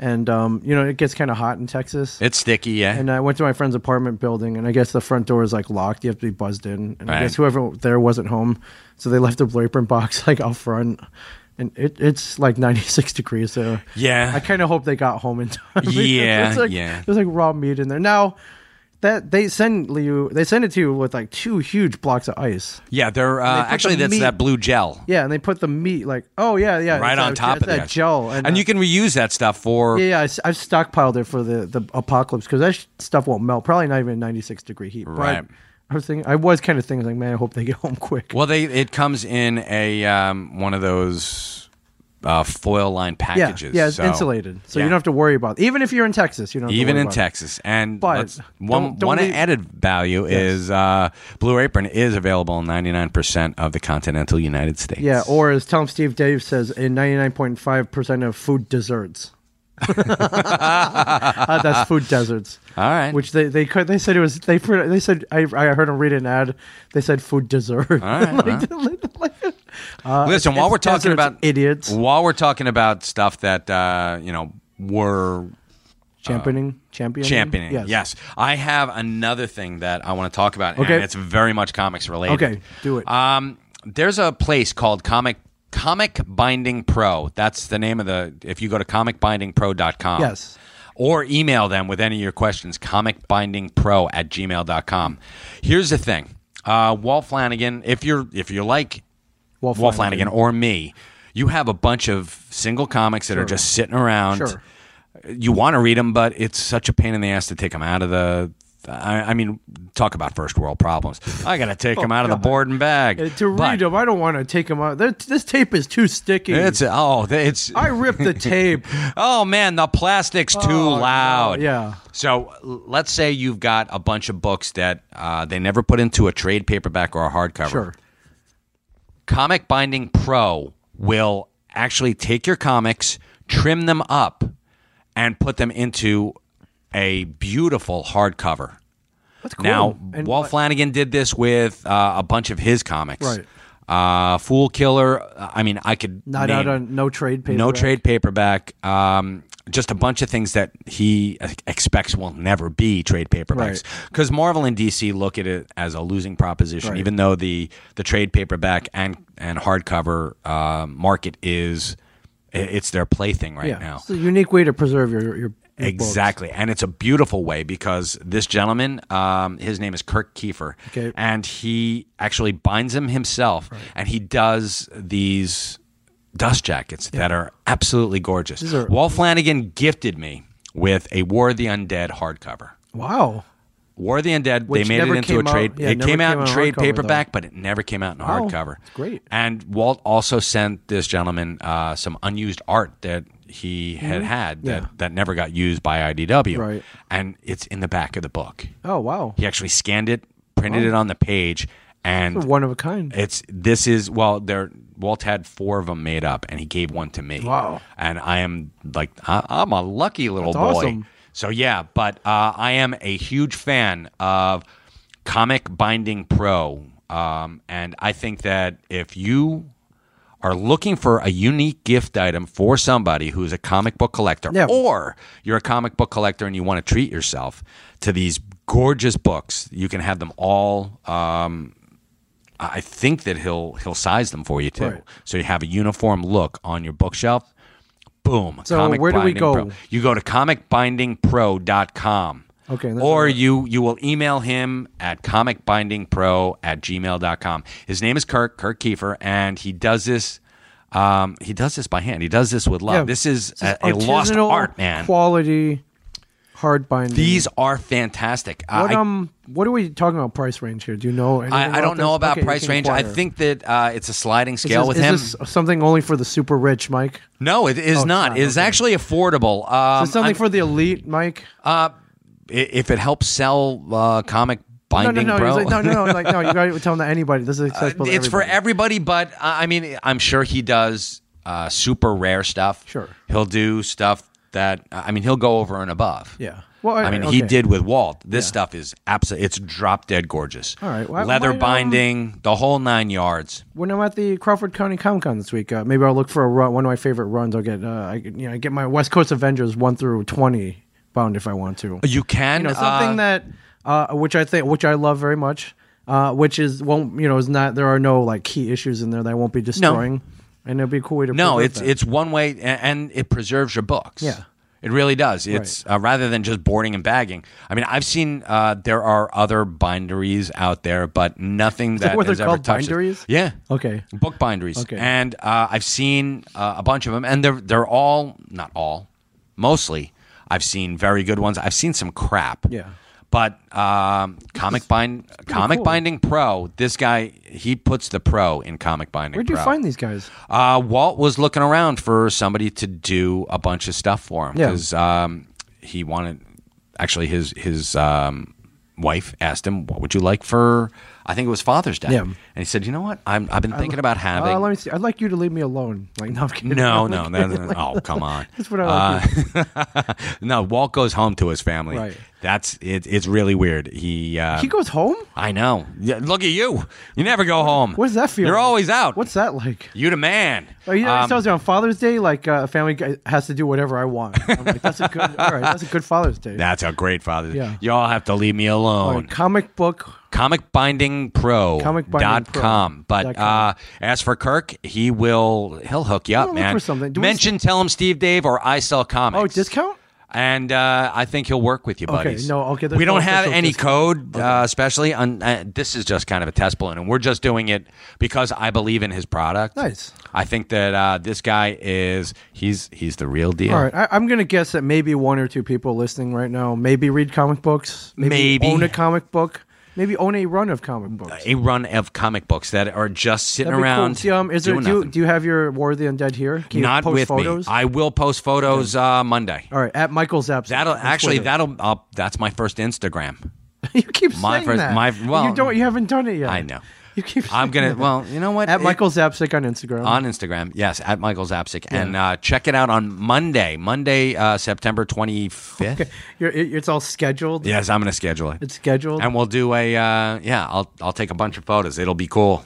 [SPEAKER 3] and um, you know it gets kind of hot in Texas.
[SPEAKER 1] It's sticky, yeah.
[SPEAKER 3] And I went to my friend's apartment building, and I guess the front door is like locked. You have to be buzzed in. And
[SPEAKER 1] Right.
[SPEAKER 3] I guess whoever there wasn't home, so they left the blue apron box like out front. And it, it's like 96 degrees there.
[SPEAKER 1] Yeah.
[SPEAKER 3] I kind of hope they got home in time.
[SPEAKER 1] Yeah,
[SPEAKER 3] It's like-
[SPEAKER 1] yeah.
[SPEAKER 3] There's like raw meat in there. Now, that they send you, they send it to you with like two huge blocks of ice.
[SPEAKER 1] yeah, they're uh,
[SPEAKER 3] put the
[SPEAKER 1] actually that's
[SPEAKER 3] meat-
[SPEAKER 1] that blue gel.
[SPEAKER 3] Yeah, and they put the meat like, oh yeah, yeah,
[SPEAKER 1] right
[SPEAKER 3] it's
[SPEAKER 1] on
[SPEAKER 3] that-
[SPEAKER 1] top
[SPEAKER 3] it's
[SPEAKER 1] of
[SPEAKER 3] that gel,
[SPEAKER 1] and,
[SPEAKER 3] uh,
[SPEAKER 1] you can reuse that stuff for
[SPEAKER 3] Yeah, yeah, I, have stockpiled it for the, the apocalypse because that sh- stuff won't melt. Probably not even 96 degree heat. But
[SPEAKER 1] Right.
[SPEAKER 3] I was thinking, I was kind of thinking like, man, I hope they get home quick.
[SPEAKER 1] Well, they it comes in a um, one of those uh, foil line
[SPEAKER 3] yeah,
[SPEAKER 1] packages.
[SPEAKER 3] yeah, it's
[SPEAKER 1] so-
[SPEAKER 3] insulated, so
[SPEAKER 1] Yeah.
[SPEAKER 3] you don't have to worry about. Even if you're in Texas, you don't. Have
[SPEAKER 1] Even
[SPEAKER 3] to worry
[SPEAKER 1] in
[SPEAKER 3] about it.
[SPEAKER 1] Texas, and
[SPEAKER 3] But
[SPEAKER 1] let's-
[SPEAKER 3] don't-
[SPEAKER 1] one
[SPEAKER 3] don't
[SPEAKER 1] one
[SPEAKER 3] leave-
[SPEAKER 1] added value is uh, Blue Apron is available in ninety nine percent of the continental United States.
[SPEAKER 3] Yeah, or as Tom Steve Dave says, in 99.5 percent of food desserts. Uh, that's food deserts.
[SPEAKER 1] All right.
[SPEAKER 3] Which they they could, they said it was they put- they said I I heard them read an ad. They said food dessert.
[SPEAKER 1] All right, Listen, while
[SPEAKER 3] uh, it's
[SPEAKER 1] we're talking
[SPEAKER 3] deserts,
[SPEAKER 1] about
[SPEAKER 3] idiots.
[SPEAKER 1] while we're talking about stuff that uh, you know were
[SPEAKER 3] championing, championing,
[SPEAKER 1] championing. Yes. I have another thing that I want to talk about,
[SPEAKER 3] Okay.
[SPEAKER 1] and it's very much comics related.
[SPEAKER 3] Okay, do it.
[SPEAKER 1] Um, there's a place called Comic Comic Binding Pro. That's the name of the. If you go to comicbindingpro.com.
[SPEAKER 3] Yes.
[SPEAKER 1] Or email them with any of your questions, comicbindingpro at gmail.com. Here's the thing. Uh, Walt Flanagan, if you're if you're like
[SPEAKER 3] Walt
[SPEAKER 1] Walt, Flanagan. or me, you have a bunch of single comics that are just sitting around
[SPEAKER 3] Sure.
[SPEAKER 1] you want to read them, but it's such a pain in the ass to take them out of the. I, I mean, talk about first world problems. I got to take them out of the board and bag
[SPEAKER 3] Oh, Uh, To
[SPEAKER 1] But
[SPEAKER 3] read them, I don't want to take them out. They're- This tape is too sticky.
[SPEAKER 1] It's oh, it's
[SPEAKER 3] I ripped the tape.
[SPEAKER 1] oh man, the plastic's too loud.
[SPEAKER 3] Oh, yeah.
[SPEAKER 1] So l- let's say you've got a bunch of books that uh, they never put into a trade paperback or a hardcover.
[SPEAKER 3] Sure.
[SPEAKER 1] Comic Binding Pro will actually take your comics, trim them up, and put them into a beautiful hardcover.
[SPEAKER 3] That's cool.
[SPEAKER 1] Now,
[SPEAKER 3] And
[SPEAKER 1] Walt
[SPEAKER 3] what-
[SPEAKER 1] Flanagan did this with uh, a bunch of his comics.
[SPEAKER 3] Right.
[SPEAKER 1] Uh, Fool Killer. uh, I mean, I could
[SPEAKER 3] not
[SPEAKER 1] name
[SPEAKER 3] out on no trade paper.
[SPEAKER 1] no trade paperback. Um, just a bunch of things that he expects will never be trade paperbacks
[SPEAKER 3] Right.
[SPEAKER 1] because Marvel and DC look at it as a losing proposition,
[SPEAKER 3] Right.
[SPEAKER 1] even though the the trade paperback and and hardcover uh, market is i- it's their plaything right
[SPEAKER 3] Yeah.
[SPEAKER 1] now.
[SPEAKER 3] It's a unique way to preserve your your, your books.
[SPEAKER 1] Exactly, and it's a beautiful way because this gentleman, um, his name is Kirk Kiefer,
[SPEAKER 3] Okay.
[SPEAKER 1] and he actually binds them himself, and he does these dust jackets that are absolutely gorgeous.
[SPEAKER 3] are-
[SPEAKER 1] Walt Flanagan gifted me with a War of the Undead hardcover.
[SPEAKER 3] Wow.
[SPEAKER 1] War of the Undead.
[SPEAKER 3] Which
[SPEAKER 1] they made it
[SPEAKER 3] never
[SPEAKER 1] into a
[SPEAKER 3] came out-
[SPEAKER 1] trade.
[SPEAKER 3] yeah,
[SPEAKER 1] it
[SPEAKER 3] never
[SPEAKER 1] came out
[SPEAKER 3] came
[SPEAKER 1] in
[SPEAKER 3] out
[SPEAKER 1] trade
[SPEAKER 3] hardcover, though.
[SPEAKER 1] paperback, but it never came out in
[SPEAKER 3] Wow,
[SPEAKER 1] hardcover.
[SPEAKER 3] that's great.
[SPEAKER 1] And Walt also sent this gentleman uh, some unused art that he had had that,
[SPEAKER 3] Mm-hmm. Yeah.
[SPEAKER 1] that never got used by IDW.
[SPEAKER 3] Right.
[SPEAKER 1] And it's in the back of the book.
[SPEAKER 3] Oh wow.
[SPEAKER 1] He actually scanned it, printed it on the page, and
[SPEAKER 3] One of a kind.
[SPEAKER 1] it's this is well, there Walt had four of them made up, and he gave one to me.
[SPEAKER 3] Wow.
[SPEAKER 1] And I am like, I, I'm a lucky little
[SPEAKER 3] That's
[SPEAKER 1] boy.
[SPEAKER 3] awesome.
[SPEAKER 1] So yeah, but uh, I am a huge fan of Comic Binding Pro, um, and I think that if you are looking for a unique gift item for somebody who's a comic book collector,
[SPEAKER 3] Yeah.
[SPEAKER 1] or you're a comic book collector and you want to treat yourself to these gorgeous books, you can have them all. Um, I I think that he'll he'll size them for you too,
[SPEAKER 3] Right.
[SPEAKER 1] so you have a uniform look on your bookshelf. Boom.
[SPEAKER 3] So where do we
[SPEAKER 1] Binding
[SPEAKER 3] go?
[SPEAKER 1] Pro. You go to comicbindingpro.com.
[SPEAKER 3] Okay, that's
[SPEAKER 1] Or
[SPEAKER 3] all right.
[SPEAKER 1] you you will email him at comicbindingpro at gmail.com. His name is Kirk, Kirk Kiefer, and he does this um, he does this by hand. He does this with love.
[SPEAKER 3] Yeah.
[SPEAKER 1] This is
[SPEAKER 3] This
[SPEAKER 1] a, a lost
[SPEAKER 3] artisanal
[SPEAKER 1] art, man.
[SPEAKER 3] Quality, hard binding.
[SPEAKER 1] These are fantastic.
[SPEAKER 3] What
[SPEAKER 1] I,
[SPEAKER 3] um? What are we talking about price range here? Do you know? anything
[SPEAKER 1] I, I don't
[SPEAKER 3] this?
[SPEAKER 1] know about
[SPEAKER 3] Okay, you
[SPEAKER 1] price
[SPEAKER 3] can
[SPEAKER 1] range. I
[SPEAKER 3] inquire.
[SPEAKER 1] think that uh, it's a sliding
[SPEAKER 3] Is
[SPEAKER 1] scale
[SPEAKER 3] this-
[SPEAKER 1] with
[SPEAKER 3] is
[SPEAKER 1] him.
[SPEAKER 3] this something only for the super rich, Mike.
[SPEAKER 1] no, it is
[SPEAKER 3] Oh, it's
[SPEAKER 1] not.
[SPEAKER 3] not,
[SPEAKER 1] It is
[SPEAKER 3] okay.
[SPEAKER 1] actually affordable. Um,
[SPEAKER 3] Is it something
[SPEAKER 1] I'm-
[SPEAKER 3] for the elite, Mike?
[SPEAKER 1] i- if it helps sell uh, comic binding,
[SPEAKER 3] no, no, no,
[SPEAKER 1] bro.
[SPEAKER 3] He's like, no, no, no, like no. You gotta tell them to anybody. This is accessible. to
[SPEAKER 1] Uh, it's for
[SPEAKER 3] everybody.
[SPEAKER 1] everybody, but uh, I mean, I'm sure he does uh, super rare stuff.
[SPEAKER 3] Sure.
[SPEAKER 1] he'll do stuff that I mean, he'll go over and above.
[SPEAKER 3] Yeah. Well,
[SPEAKER 1] I,
[SPEAKER 3] all
[SPEAKER 1] mean,
[SPEAKER 3] right,
[SPEAKER 1] he
[SPEAKER 3] okay.
[SPEAKER 1] did with Walt. This stuff is absolutely it's drop dead gorgeous.
[SPEAKER 3] All right, well, I
[SPEAKER 1] leather
[SPEAKER 3] might, um,
[SPEAKER 1] binding, the whole nine yards.
[SPEAKER 3] When I'm at the Crawford County Comic Con this week, uh, maybe I'll look for a run, one of my favorite runs. I'll get, uh, I, you know, I get my West Coast Avengers one through twenty bound if I want to.
[SPEAKER 1] You can
[SPEAKER 3] you know something
[SPEAKER 1] uh,
[SPEAKER 3] that uh, which I think which I love very much, uh, which is won't you know is not there are no like key issues in there that I won't be destroying, and it'd be a cool way to
[SPEAKER 1] No,
[SPEAKER 3] preserve
[SPEAKER 1] it's
[SPEAKER 3] that.
[SPEAKER 1] it's one way, a- and it preserves your books.
[SPEAKER 3] Yeah.
[SPEAKER 1] it really does. It's uh, rather than just boarding and bagging. I mean, I've seen uh, there are other binderies out there, but nothing that
[SPEAKER 3] what
[SPEAKER 1] has
[SPEAKER 3] they're
[SPEAKER 1] ever
[SPEAKER 3] called,
[SPEAKER 1] touched it.
[SPEAKER 3] binderies?
[SPEAKER 1] Yeah,
[SPEAKER 3] okay.
[SPEAKER 1] book binderies.
[SPEAKER 3] Okay.
[SPEAKER 1] and uh, I've seen uh, a bunch of them, and they're they're all not all, mostly. I've seen very good ones. I've seen some crap.
[SPEAKER 3] Yeah.
[SPEAKER 1] But um, comic bind, comic
[SPEAKER 3] cool.
[SPEAKER 1] binding pro. This guy he puts the pro in comic binding.
[SPEAKER 3] Where'd you
[SPEAKER 1] pro.
[SPEAKER 3] find these guys?
[SPEAKER 1] Uh, Walt was looking around for somebody to do a bunch of stuff for him
[SPEAKER 3] Yeah.
[SPEAKER 1] because um, he wanted. Actually, his his um, wife asked him, "What would you like for?" I think it was Father's Day,
[SPEAKER 3] Yeah.
[SPEAKER 1] and he said, "You know what? I'm, I've been thinking about having."
[SPEAKER 3] Uh, let me see. I'd like you to leave me alone. Like no, I'm kidding.
[SPEAKER 1] no,
[SPEAKER 3] I'm
[SPEAKER 1] no,
[SPEAKER 3] kidding.
[SPEAKER 1] no, no, no. oh, come on.
[SPEAKER 3] That's what I like.
[SPEAKER 1] No, Walt goes home to his family.
[SPEAKER 3] Right.
[SPEAKER 1] That's it. It's really weird. He uh,
[SPEAKER 3] he goes home.
[SPEAKER 1] I know. Yeah, look at you. You never go home.
[SPEAKER 3] What's that feel?
[SPEAKER 1] You're
[SPEAKER 3] like?
[SPEAKER 1] always out.
[SPEAKER 3] What's that like?
[SPEAKER 1] you the man?
[SPEAKER 3] Oh, you know,
[SPEAKER 1] Um,
[SPEAKER 3] it tells you on Father's Day, like uh, a family guy has to do whatever I want. I'm like, that's a good. all right, that's a good Father's Day.
[SPEAKER 1] That's a great father.
[SPEAKER 3] Yeah.
[SPEAKER 1] Y'all have to leave me
[SPEAKER 3] All
[SPEAKER 1] alone.
[SPEAKER 3] right, comic book.
[SPEAKER 1] Comicbindingpro.com.
[SPEAKER 3] Comicbindingpro.com.
[SPEAKER 1] But uh, as for Kirk, he will he'll hook you up,
[SPEAKER 3] look
[SPEAKER 1] man.
[SPEAKER 3] for something. Do we-
[SPEAKER 1] Mention tell him Steve Dave or I sell comics.
[SPEAKER 3] Oh, discount.
[SPEAKER 1] And uh, I think he'll work with you, buddies.
[SPEAKER 3] no, okay, there's
[SPEAKER 1] We
[SPEAKER 3] no
[SPEAKER 1] don't have
[SPEAKER 3] official
[SPEAKER 1] any
[SPEAKER 3] discount.
[SPEAKER 1] code, uh, especially on. Uh, this is just kind of a test balloon, and we're just doing it because I believe in his product.
[SPEAKER 3] Nice.
[SPEAKER 1] I think that uh, this guy is he's he's the real deal.
[SPEAKER 3] All right, I, I'm gonna guess that maybe one or two people listening right now maybe read comic books,
[SPEAKER 1] Maybe.
[SPEAKER 3] own a comic book, maybe own a run of comic books.
[SPEAKER 1] a run of comic books that are just sitting
[SPEAKER 3] That'd be cool.
[SPEAKER 1] around.
[SPEAKER 3] See, um, is there,
[SPEAKER 1] doing
[SPEAKER 3] do, you,
[SPEAKER 1] nothing.
[SPEAKER 3] do you have your War of the Undead here? Can you
[SPEAKER 1] Not
[SPEAKER 3] post
[SPEAKER 1] with
[SPEAKER 3] photos?
[SPEAKER 1] me. I will post photos uh, Monday.
[SPEAKER 3] All right, at Michael Zaps.
[SPEAKER 1] That'll
[SPEAKER 3] on
[SPEAKER 1] actually
[SPEAKER 3] Twitter.
[SPEAKER 1] that'll uh, that's my first Instagram.
[SPEAKER 3] you keep
[SPEAKER 1] my
[SPEAKER 3] saying
[SPEAKER 1] first-
[SPEAKER 3] that.
[SPEAKER 1] my-
[SPEAKER 3] And
[SPEAKER 1] well,
[SPEAKER 3] you don't. You haven't done it yet.
[SPEAKER 1] I know.
[SPEAKER 3] You keep.
[SPEAKER 1] I'm
[SPEAKER 3] saying
[SPEAKER 1] gonna
[SPEAKER 3] that.
[SPEAKER 1] well, you know what?
[SPEAKER 3] at
[SPEAKER 1] It-
[SPEAKER 3] Michael Zapsik on Instagram.
[SPEAKER 1] on Instagram, yes, at Michael Zapsik, and uh, check it out on Monday, Monday, uh, September 25th.
[SPEAKER 3] You're, it, it's all scheduled.
[SPEAKER 1] Yes, I'm gonna schedule it,
[SPEAKER 3] It's scheduled.
[SPEAKER 1] and we'll do a uh, yeah. I'll I'll take a bunch of photos. It'll be cool.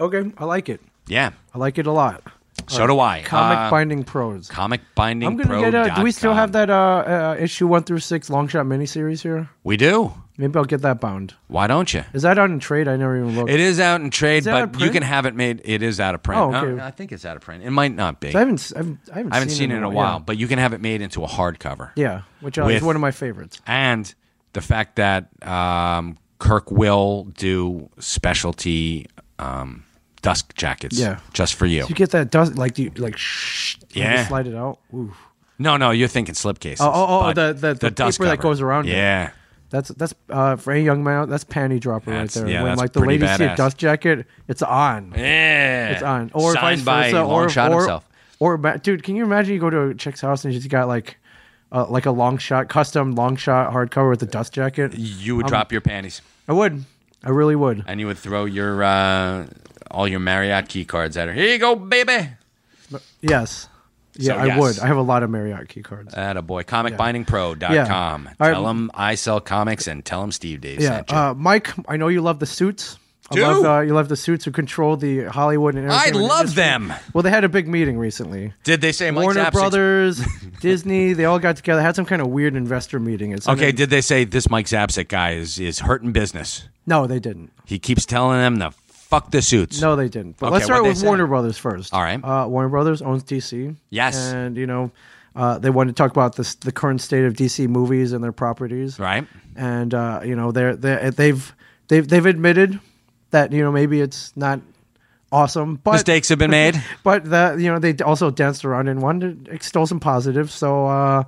[SPEAKER 3] okay, I like it.
[SPEAKER 1] Yeah,
[SPEAKER 3] I like it a lot.
[SPEAKER 1] so do I.
[SPEAKER 3] Comic
[SPEAKER 1] uh,
[SPEAKER 3] binding pros.
[SPEAKER 1] comic binding.
[SPEAKER 3] I'm gonna get. A, do we still have that uh, uh, issue one through six long shot miniseries here?
[SPEAKER 1] We do.
[SPEAKER 3] Maybe I'll get that bound.
[SPEAKER 1] Why don't you?
[SPEAKER 3] Is that out in trade? I never even looked.
[SPEAKER 1] It is out in trade,
[SPEAKER 3] that out of
[SPEAKER 1] but you
[SPEAKER 3] print?
[SPEAKER 1] can have it made. It is out of print.
[SPEAKER 3] Oh, okay.
[SPEAKER 1] Uh, I think it's out of print. It might not be.
[SPEAKER 3] I haven't. s- I haven't, I haven't,
[SPEAKER 1] I haven't seen it in a while,
[SPEAKER 3] Yeah,
[SPEAKER 1] but you can have it made into a hardcover.
[SPEAKER 3] Yeah, which uh,
[SPEAKER 1] With-
[SPEAKER 3] is one of my favorites.
[SPEAKER 1] And the fact that um, Kirk will do specialty um, dusk jackets
[SPEAKER 3] Yeah.
[SPEAKER 1] just for you.
[SPEAKER 3] You get that dust like do you like shh, you
[SPEAKER 1] Yeah.
[SPEAKER 3] just slide it out. Ooh,
[SPEAKER 1] No, no, you're thinking slipcases.
[SPEAKER 3] Oh, oh, oh,
[SPEAKER 1] but
[SPEAKER 3] the- the- the
[SPEAKER 1] dusk
[SPEAKER 3] paper that
[SPEAKER 1] cover.
[SPEAKER 3] goes around it.
[SPEAKER 1] Yeah.
[SPEAKER 3] that's that's uh, for any young man. out- That's panty dropper
[SPEAKER 1] That's-
[SPEAKER 3] right there.
[SPEAKER 1] yeah,
[SPEAKER 3] when
[SPEAKER 1] that's
[SPEAKER 3] like the
[SPEAKER 1] pretty
[SPEAKER 3] ladies see
[SPEAKER 1] badass.
[SPEAKER 3] a dust jacket, it's on.
[SPEAKER 1] Yeah.
[SPEAKER 3] It's on. Or
[SPEAKER 1] Signed by
[SPEAKER 3] vice versa. or
[SPEAKER 1] Longshot
[SPEAKER 3] or,
[SPEAKER 1] himself.
[SPEAKER 3] Or ba- dude, can you imagine you go to a chick's house and she's got like uh, like a long shot, custom long shot hardcover with a dust jacket?
[SPEAKER 1] You would drop your panties.
[SPEAKER 3] I would. I really would.
[SPEAKER 1] and you would throw your uh, all your Marriott key cards at her. Here you go, baby.
[SPEAKER 3] Yes. Yeah,
[SPEAKER 1] So,
[SPEAKER 3] I
[SPEAKER 1] yes. Uh,
[SPEAKER 3] would. I have a lot of Marriott key cards.
[SPEAKER 1] At a boy, comicbindingpro.com.
[SPEAKER 3] Yeah.
[SPEAKER 1] com.
[SPEAKER 3] All right.
[SPEAKER 1] Tell them I sell comics and tell them Steve Dave
[SPEAKER 3] yeah.
[SPEAKER 1] sent you.
[SPEAKER 3] Uh, Mike, I know you love the suits.
[SPEAKER 1] Do?
[SPEAKER 3] I love uh, you love the suits who control the Hollywood and
[SPEAKER 1] I
[SPEAKER 3] entertainment
[SPEAKER 1] love
[SPEAKER 3] industry.
[SPEAKER 1] them.
[SPEAKER 3] Well, they had a big meeting recently.
[SPEAKER 1] Did they say Mike's
[SPEAKER 3] Warner
[SPEAKER 1] absent?
[SPEAKER 3] Brothers, Disney, they all got together, had some kind of weird investor meeting. It's
[SPEAKER 1] Okay, did they say this Mike Zapsik guy is, is hurting business?
[SPEAKER 3] No, they didn't.
[SPEAKER 1] He keeps telling them to fuck the suits.
[SPEAKER 3] No, they didn't. But
[SPEAKER 1] Okay,
[SPEAKER 3] let's start
[SPEAKER 1] what'd
[SPEAKER 3] with
[SPEAKER 1] they say?
[SPEAKER 3] Warner Brothers first.
[SPEAKER 1] All right.
[SPEAKER 3] Uh, Warner Brothers owns DC.
[SPEAKER 1] Yes.
[SPEAKER 3] And, you know, uh, they wanted to talk about this, the current state of DC movies and their properties.
[SPEAKER 1] Right.
[SPEAKER 3] And, uh, you know, they're, they're, they've, they've, they've admitted that, you know, maybe it's not awesome, but.
[SPEAKER 1] Mistakes have been made.
[SPEAKER 3] But that you know they also danced around and one extol some positives. So uh,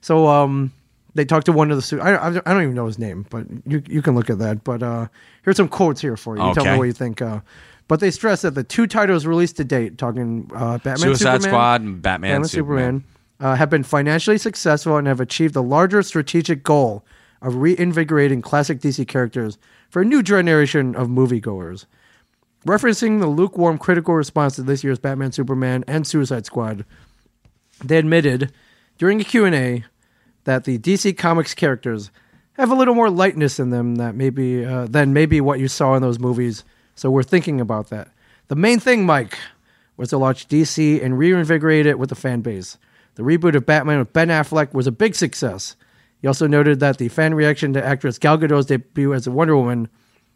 [SPEAKER 3] so um, they talked to one of the suit. I, I, I don't even know his name, but you you can look at that. But uh, here's some quotes here for you. You Tell me
[SPEAKER 1] Okay.
[SPEAKER 3] what you think. Uh, but they stress that the two titles released to date, talking uh, Batman,
[SPEAKER 1] Suicide
[SPEAKER 3] Superman,
[SPEAKER 1] Squad and Batman, Superman.
[SPEAKER 3] Superman, uh, have been financially successful and have achieved the larger strategic goal of reinvigorating classic DC characters for a new generation of moviegoers. Referencing the lukewarm critical response to this year's Batman, Superman, and Suicide Squad, they admitted during a Q&A that the DC Comics characters have a little more lightness in them that maybe uh, than maybe what you saw in those movies. So we're thinking about that. The main thing, Mike, was to launch DC and reinvigorate it with the fan base. The reboot of Batman with Ben Affleck was a big success. He also noted that the fan reaction to actress Gal Gadot's debut as Wonder Woman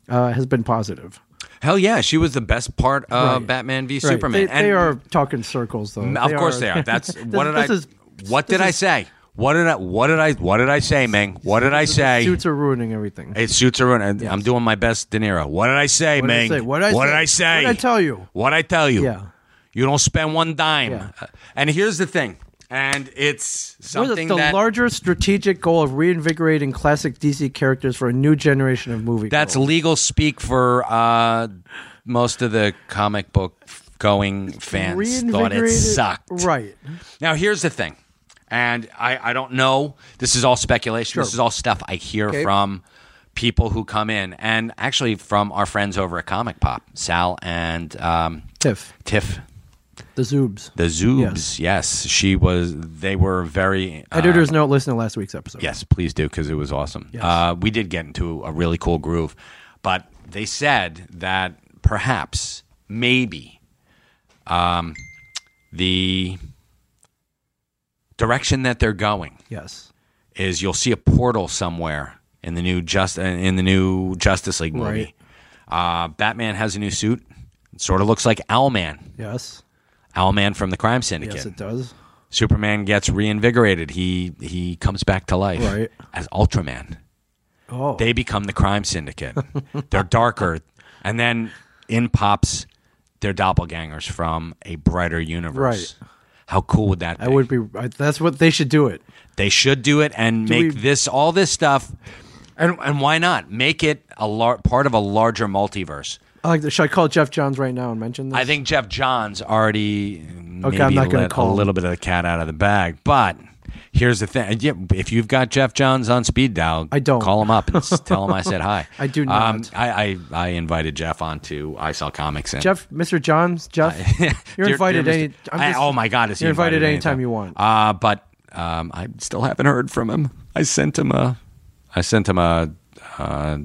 [SPEAKER 3] uh, has been positive.
[SPEAKER 1] Hell yeah, she was the best part of
[SPEAKER 3] Right.
[SPEAKER 1] Batman v
[SPEAKER 3] Right.
[SPEAKER 1] Superman.
[SPEAKER 3] They, they are talking circles, though.
[SPEAKER 1] Of course they are. That's what did I
[SPEAKER 3] Is,
[SPEAKER 1] What did I say? What did I what did I what did I say, Ming? What did I say?
[SPEAKER 3] suits are ruining everything.
[SPEAKER 1] It suits her. and I'm doing my best, De Niro. What did I say,
[SPEAKER 3] What did I
[SPEAKER 1] Ming?
[SPEAKER 3] say? What did I say?
[SPEAKER 1] say?
[SPEAKER 3] What did I tell you?
[SPEAKER 1] What did I tell you?
[SPEAKER 3] Yeah.
[SPEAKER 1] You don't spend one dime.
[SPEAKER 3] Yeah.
[SPEAKER 1] Uh, And here's the thing. And it's
[SPEAKER 3] What is it?
[SPEAKER 1] something
[SPEAKER 3] the
[SPEAKER 1] that
[SPEAKER 3] larger strategic goal of reinvigorating classic DC characters for a new generation of movie.
[SPEAKER 1] that's legal speak for uh, most of the comic book going fans thought it sucked.
[SPEAKER 3] Right.
[SPEAKER 1] Now, here's the thing, and I, I don't know. This is all speculation.
[SPEAKER 3] Sure.
[SPEAKER 1] This is all stuff I hear
[SPEAKER 3] Okay.
[SPEAKER 1] from people who come in, and actually from our friends over at Comic Pop, Sal and um,
[SPEAKER 3] Tiff,
[SPEAKER 1] Tiff.
[SPEAKER 3] the Zoobs.
[SPEAKER 1] The Zoobs, yes. she was. They were very. uh,
[SPEAKER 3] Editor's note, listen to last week's episode.
[SPEAKER 1] Yes, please do because it was awesome.
[SPEAKER 3] Yes.
[SPEAKER 1] Uh, we did get into a really cool groove, but they said that perhaps, maybe, um, the direction that they're going
[SPEAKER 3] Yes.
[SPEAKER 1] is you'll see a portal somewhere in the new just in the new Justice League movie. Uh, Batman has a new suit. It sort of looks like Owlman,
[SPEAKER 3] Yes.
[SPEAKER 1] Owlman from the Crime Syndicate.
[SPEAKER 3] Yes, it does.
[SPEAKER 1] Superman gets reinvigorated. He he comes back to life
[SPEAKER 3] Right.
[SPEAKER 1] as Ultraman.
[SPEAKER 3] Oh.
[SPEAKER 1] They become the crime syndicate. They're darker, and then in pops their doppelgangers from a brighter universe.
[SPEAKER 3] Right.
[SPEAKER 1] How cool would that be?
[SPEAKER 3] I would be. I, that's what they should do it.
[SPEAKER 1] They should do it and make
[SPEAKER 3] we-
[SPEAKER 1] this all this stuff. And and why not make it a lar- part of a larger multiverse?
[SPEAKER 3] I like. The, should I call Jeff Johns right now and mention this?
[SPEAKER 1] I think Jeff Johns already maybe
[SPEAKER 3] I'm not gonna
[SPEAKER 1] let
[SPEAKER 3] call
[SPEAKER 1] a
[SPEAKER 3] him.
[SPEAKER 1] little bit of the cat out of the bag. But here's the thing: Yeah, if you've got Jeff Johns on speed dial,
[SPEAKER 3] I don't.
[SPEAKER 1] call him up and s- tell him I said hi.
[SPEAKER 3] I do not.
[SPEAKER 1] Um, I, I I invited Jeff on to I Sell Comics and
[SPEAKER 3] Jeff, Mr. Johns, Jeff, you're
[SPEAKER 1] Dear-
[SPEAKER 3] invited
[SPEAKER 1] dear Mr.
[SPEAKER 3] any. I'm
[SPEAKER 1] I-
[SPEAKER 3] just-
[SPEAKER 1] oh my God, is he
[SPEAKER 3] you're invited,
[SPEAKER 1] invited
[SPEAKER 3] anytime
[SPEAKER 1] anytime?
[SPEAKER 3] you want.
[SPEAKER 1] Uh, but um, I still haven't heard from him. I sent him a, I sent him a, uh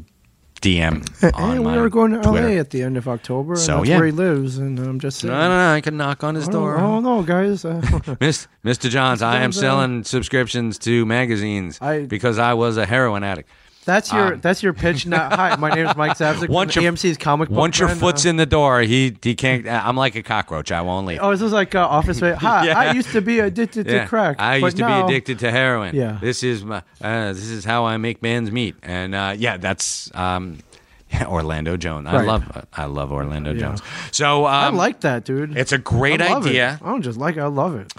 [SPEAKER 1] DM. on
[SPEAKER 3] Hey, we
[SPEAKER 1] my
[SPEAKER 3] are going to
[SPEAKER 1] Twitter.
[SPEAKER 3] LA at the end of October, and
[SPEAKER 1] So,
[SPEAKER 3] that's
[SPEAKER 1] yeah.
[SPEAKER 3] where he lives. And I'm just saying,
[SPEAKER 1] No, no, no! I can knock on his
[SPEAKER 3] I,
[SPEAKER 1] door.
[SPEAKER 3] don't, I don't know, guys. Uh,
[SPEAKER 1] Miss, Mr. Johns, I am
[SPEAKER 3] Johns, uh,
[SPEAKER 1] selling subscriptions to magazines
[SPEAKER 3] I-
[SPEAKER 1] because I was a heroin addict.
[SPEAKER 3] that's your that's your pitch. Not, hi, my name is Mike Zabzik.
[SPEAKER 1] Once
[SPEAKER 3] from
[SPEAKER 1] Um, your-
[SPEAKER 3] AMC's comic. Book
[SPEAKER 1] Once your
[SPEAKER 3] Friend,
[SPEAKER 1] foot's
[SPEAKER 3] uh,
[SPEAKER 1] in the door, he he can't. I'm like a cockroach. I won't leave.
[SPEAKER 3] Oh, this is like uh, Office Space. Hi,
[SPEAKER 1] Yeah.
[SPEAKER 3] I used to be addicted
[SPEAKER 1] Yeah.
[SPEAKER 3] to crack.
[SPEAKER 1] I
[SPEAKER 3] but
[SPEAKER 1] used to
[SPEAKER 3] now-
[SPEAKER 1] be addicted to heroin.
[SPEAKER 3] Yeah.
[SPEAKER 1] This is my. Uh, this is how I make man's meat. And uh, yeah, that's um, yeah, Orlando Jones. I
[SPEAKER 3] Right.
[SPEAKER 1] love uh, I love Orlando Jones. So um,
[SPEAKER 3] I like that, dude.
[SPEAKER 1] It's a great
[SPEAKER 3] I love it.
[SPEAKER 1] idea.
[SPEAKER 3] I don't just like. it, I love it.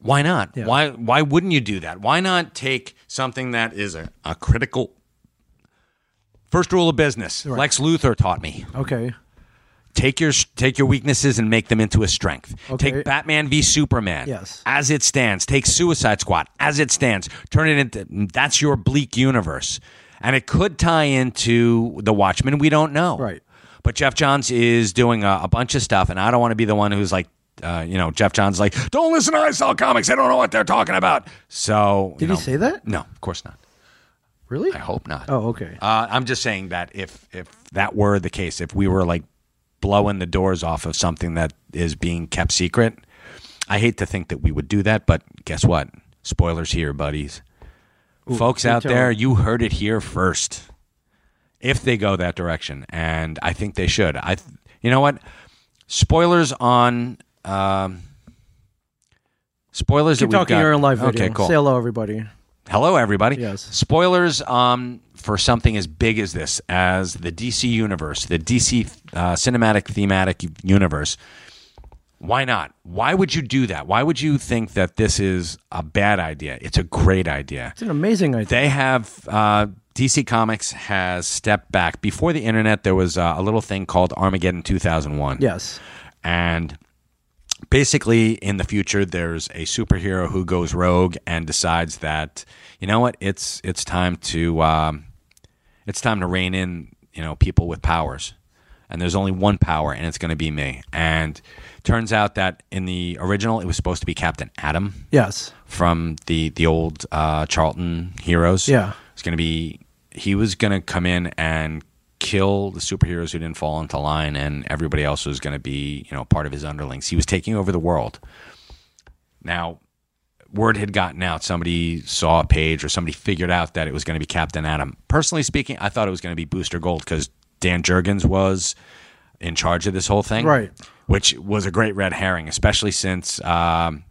[SPEAKER 1] Why not? Why why wouldn't you do that? Why not take something that is a, a critical first rule of business? Lex Luthor taught me.
[SPEAKER 3] Okay.
[SPEAKER 1] Take your take your weaknesses and make them into a strength.
[SPEAKER 3] Okay.
[SPEAKER 1] Take Batman v Superman
[SPEAKER 3] Yes.
[SPEAKER 1] as it stands. Take Suicide Squad as it stands. Turn it into that's your bleak universe. and it could tie into the Watchmen. We don't know,
[SPEAKER 3] Right.
[SPEAKER 1] But Jeff Johns is doing a, a bunch of stuff, and I don't want to be the one who's like, uh, you know, Jeff Johns like, don't listen to I Sell Comics. I don't know what they're talking about. So
[SPEAKER 3] Did he say that?
[SPEAKER 1] No, of course not.
[SPEAKER 3] Really?
[SPEAKER 1] I hope not.
[SPEAKER 3] Oh, okay.
[SPEAKER 1] Uh, I'm just saying that if if that were the case, if we were like blowing the doors off of something that is being kept secret, I hate to think that we would do that, but guess what? Spoilers here, buddies. Folks
[SPEAKER 3] keep
[SPEAKER 1] out
[SPEAKER 3] telling.
[SPEAKER 1] there, you heard it here first. If they go that direction, and I think they should. I, th- you know what? Spoilers on. Um, spoilers
[SPEAKER 3] Keep
[SPEAKER 1] that we've
[SPEAKER 3] talking
[SPEAKER 1] got.
[SPEAKER 3] your own life.
[SPEAKER 1] Okay,
[SPEAKER 3] video.
[SPEAKER 1] cool.
[SPEAKER 3] Say hello, everybody.
[SPEAKER 1] Hello, everybody.
[SPEAKER 3] Yes.
[SPEAKER 1] Spoilers um, for something as big as this, as the DC universe, the DC uh, cinematic thematic universe. Why not? Why would you do that? Why would you think that this is a bad idea? It's a great idea.
[SPEAKER 3] It's an amazing idea.
[SPEAKER 1] They have uh, DC Comics has stepped back. Before the internet, there was uh, a little thing called Armageddon 2001.
[SPEAKER 3] yes.
[SPEAKER 1] And basically, in the future, there's a superhero who goes rogue and decides that you know what, it's it's time to um, it's time to rein in you know people with powers. And there's only one power, and it's going to be me. And turns out that in the original, it was supposed to be Captain Adam
[SPEAKER 3] Yes.
[SPEAKER 1] from the the old uh, Charlton heroes.
[SPEAKER 3] Yeah.
[SPEAKER 1] it's gonna be he was gonna come in and kill the superheroes who didn't fall into line, and everybody else was gonna be you know part of his underlings. He was taking over the world. Now, word had gotten out. Somebody saw a page, or somebody figured out that it was gonna be Captain Adam. Personally speaking, I thought it was gonna be Booster Gold because Dan Jurgens was in charge of this whole thing,
[SPEAKER 3] Right.
[SPEAKER 1] Which was a great red herring, especially since. Um,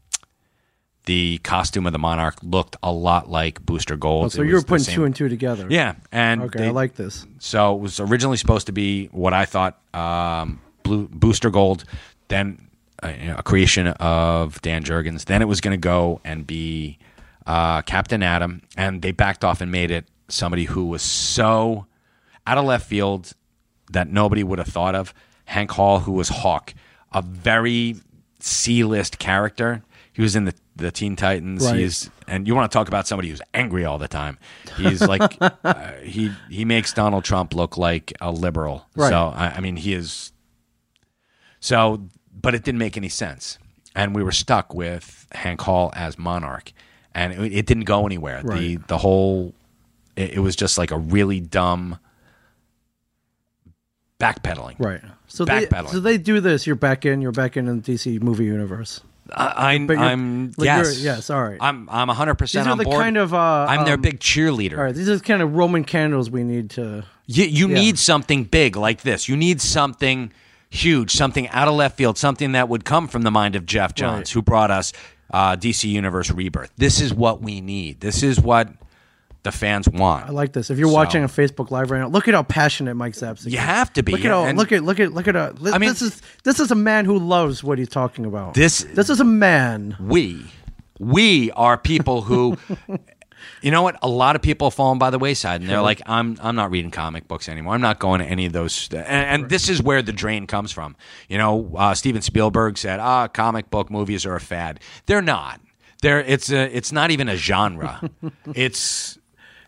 [SPEAKER 1] the costume of the monarch looked a lot like Booster Gold.
[SPEAKER 3] Oh, So
[SPEAKER 1] It
[SPEAKER 3] you were
[SPEAKER 1] was the
[SPEAKER 3] putting
[SPEAKER 1] same-
[SPEAKER 3] two and two together.
[SPEAKER 1] yeah, and
[SPEAKER 3] Okay,
[SPEAKER 1] they-
[SPEAKER 3] I like this.
[SPEAKER 1] so it was originally supposed to be what I thought um, Blue, Booster Gold, then uh, you know, a creation of Dan Jurgens. Then it was going to go and be uh, Captain Adam, and they backed off and made it somebody who was so out of left field that nobody would have thought of. Hank Hall, who was Hawk, a very C list character. He was in the, the Teen Titans.
[SPEAKER 3] Right.
[SPEAKER 1] He's and you want to talk about somebody who's angry all the time. He's like uh, he he makes Donald Trump look like a liberal.
[SPEAKER 3] Right.
[SPEAKER 1] So I, I mean he is. So, but it didn't make any sense, and we were stuck with Hank Hall as Monarch, and it, it didn't go anywhere. The
[SPEAKER 3] Right.
[SPEAKER 1] the whole it, it was just like a really dumb backpedaling.
[SPEAKER 3] Right. So they,
[SPEAKER 1] Backpedaling.
[SPEAKER 3] so they do this. You're back in. You're back in in the DC movie universe.
[SPEAKER 1] I, I'm.
[SPEAKER 3] But you're-
[SPEAKER 1] I'm.
[SPEAKER 3] like,
[SPEAKER 1] yes.
[SPEAKER 3] you're- yes, all right.
[SPEAKER 1] I'm. I'm 100 percent
[SPEAKER 3] These are
[SPEAKER 1] on
[SPEAKER 3] the
[SPEAKER 1] board.
[SPEAKER 3] kind of, uh,
[SPEAKER 1] I'm their
[SPEAKER 3] um,
[SPEAKER 1] big cheerleader.
[SPEAKER 3] All right. These are the kind of Roman candles we need to.
[SPEAKER 1] You, you
[SPEAKER 3] Yeah.
[SPEAKER 1] need something big like this. You need something huge, something out of left field, something that would come from the mind of Jeff Johns,
[SPEAKER 3] Right.
[SPEAKER 1] who brought us uh, DC Universe Rebirth. This is what we need. This is what the fans want.
[SPEAKER 3] I like this. If you're watching a Facebook live right now, look at how passionate Mike Zapsik.
[SPEAKER 1] You
[SPEAKER 3] is.
[SPEAKER 1] have to be.
[SPEAKER 3] Look at how,
[SPEAKER 1] and-
[SPEAKER 3] look at look at look at uh, li-
[SPEAKER 1] I mean-
[SPEAKER 3] this is this is a man who loves what he's talking about.
[SPEAKER 1] This-
[SPEAKER 3] this is a man.
[SPEAKER 1] we we are people who you know what a lot of people have fallen by the wayside and they're like i'm i'm not reading comic books anymore i'm not going to any of those and, and this is where the drain comes from you know uh, steven spielberg said ah comic book movies are a fad they're not they're it's a it's not even a genre it's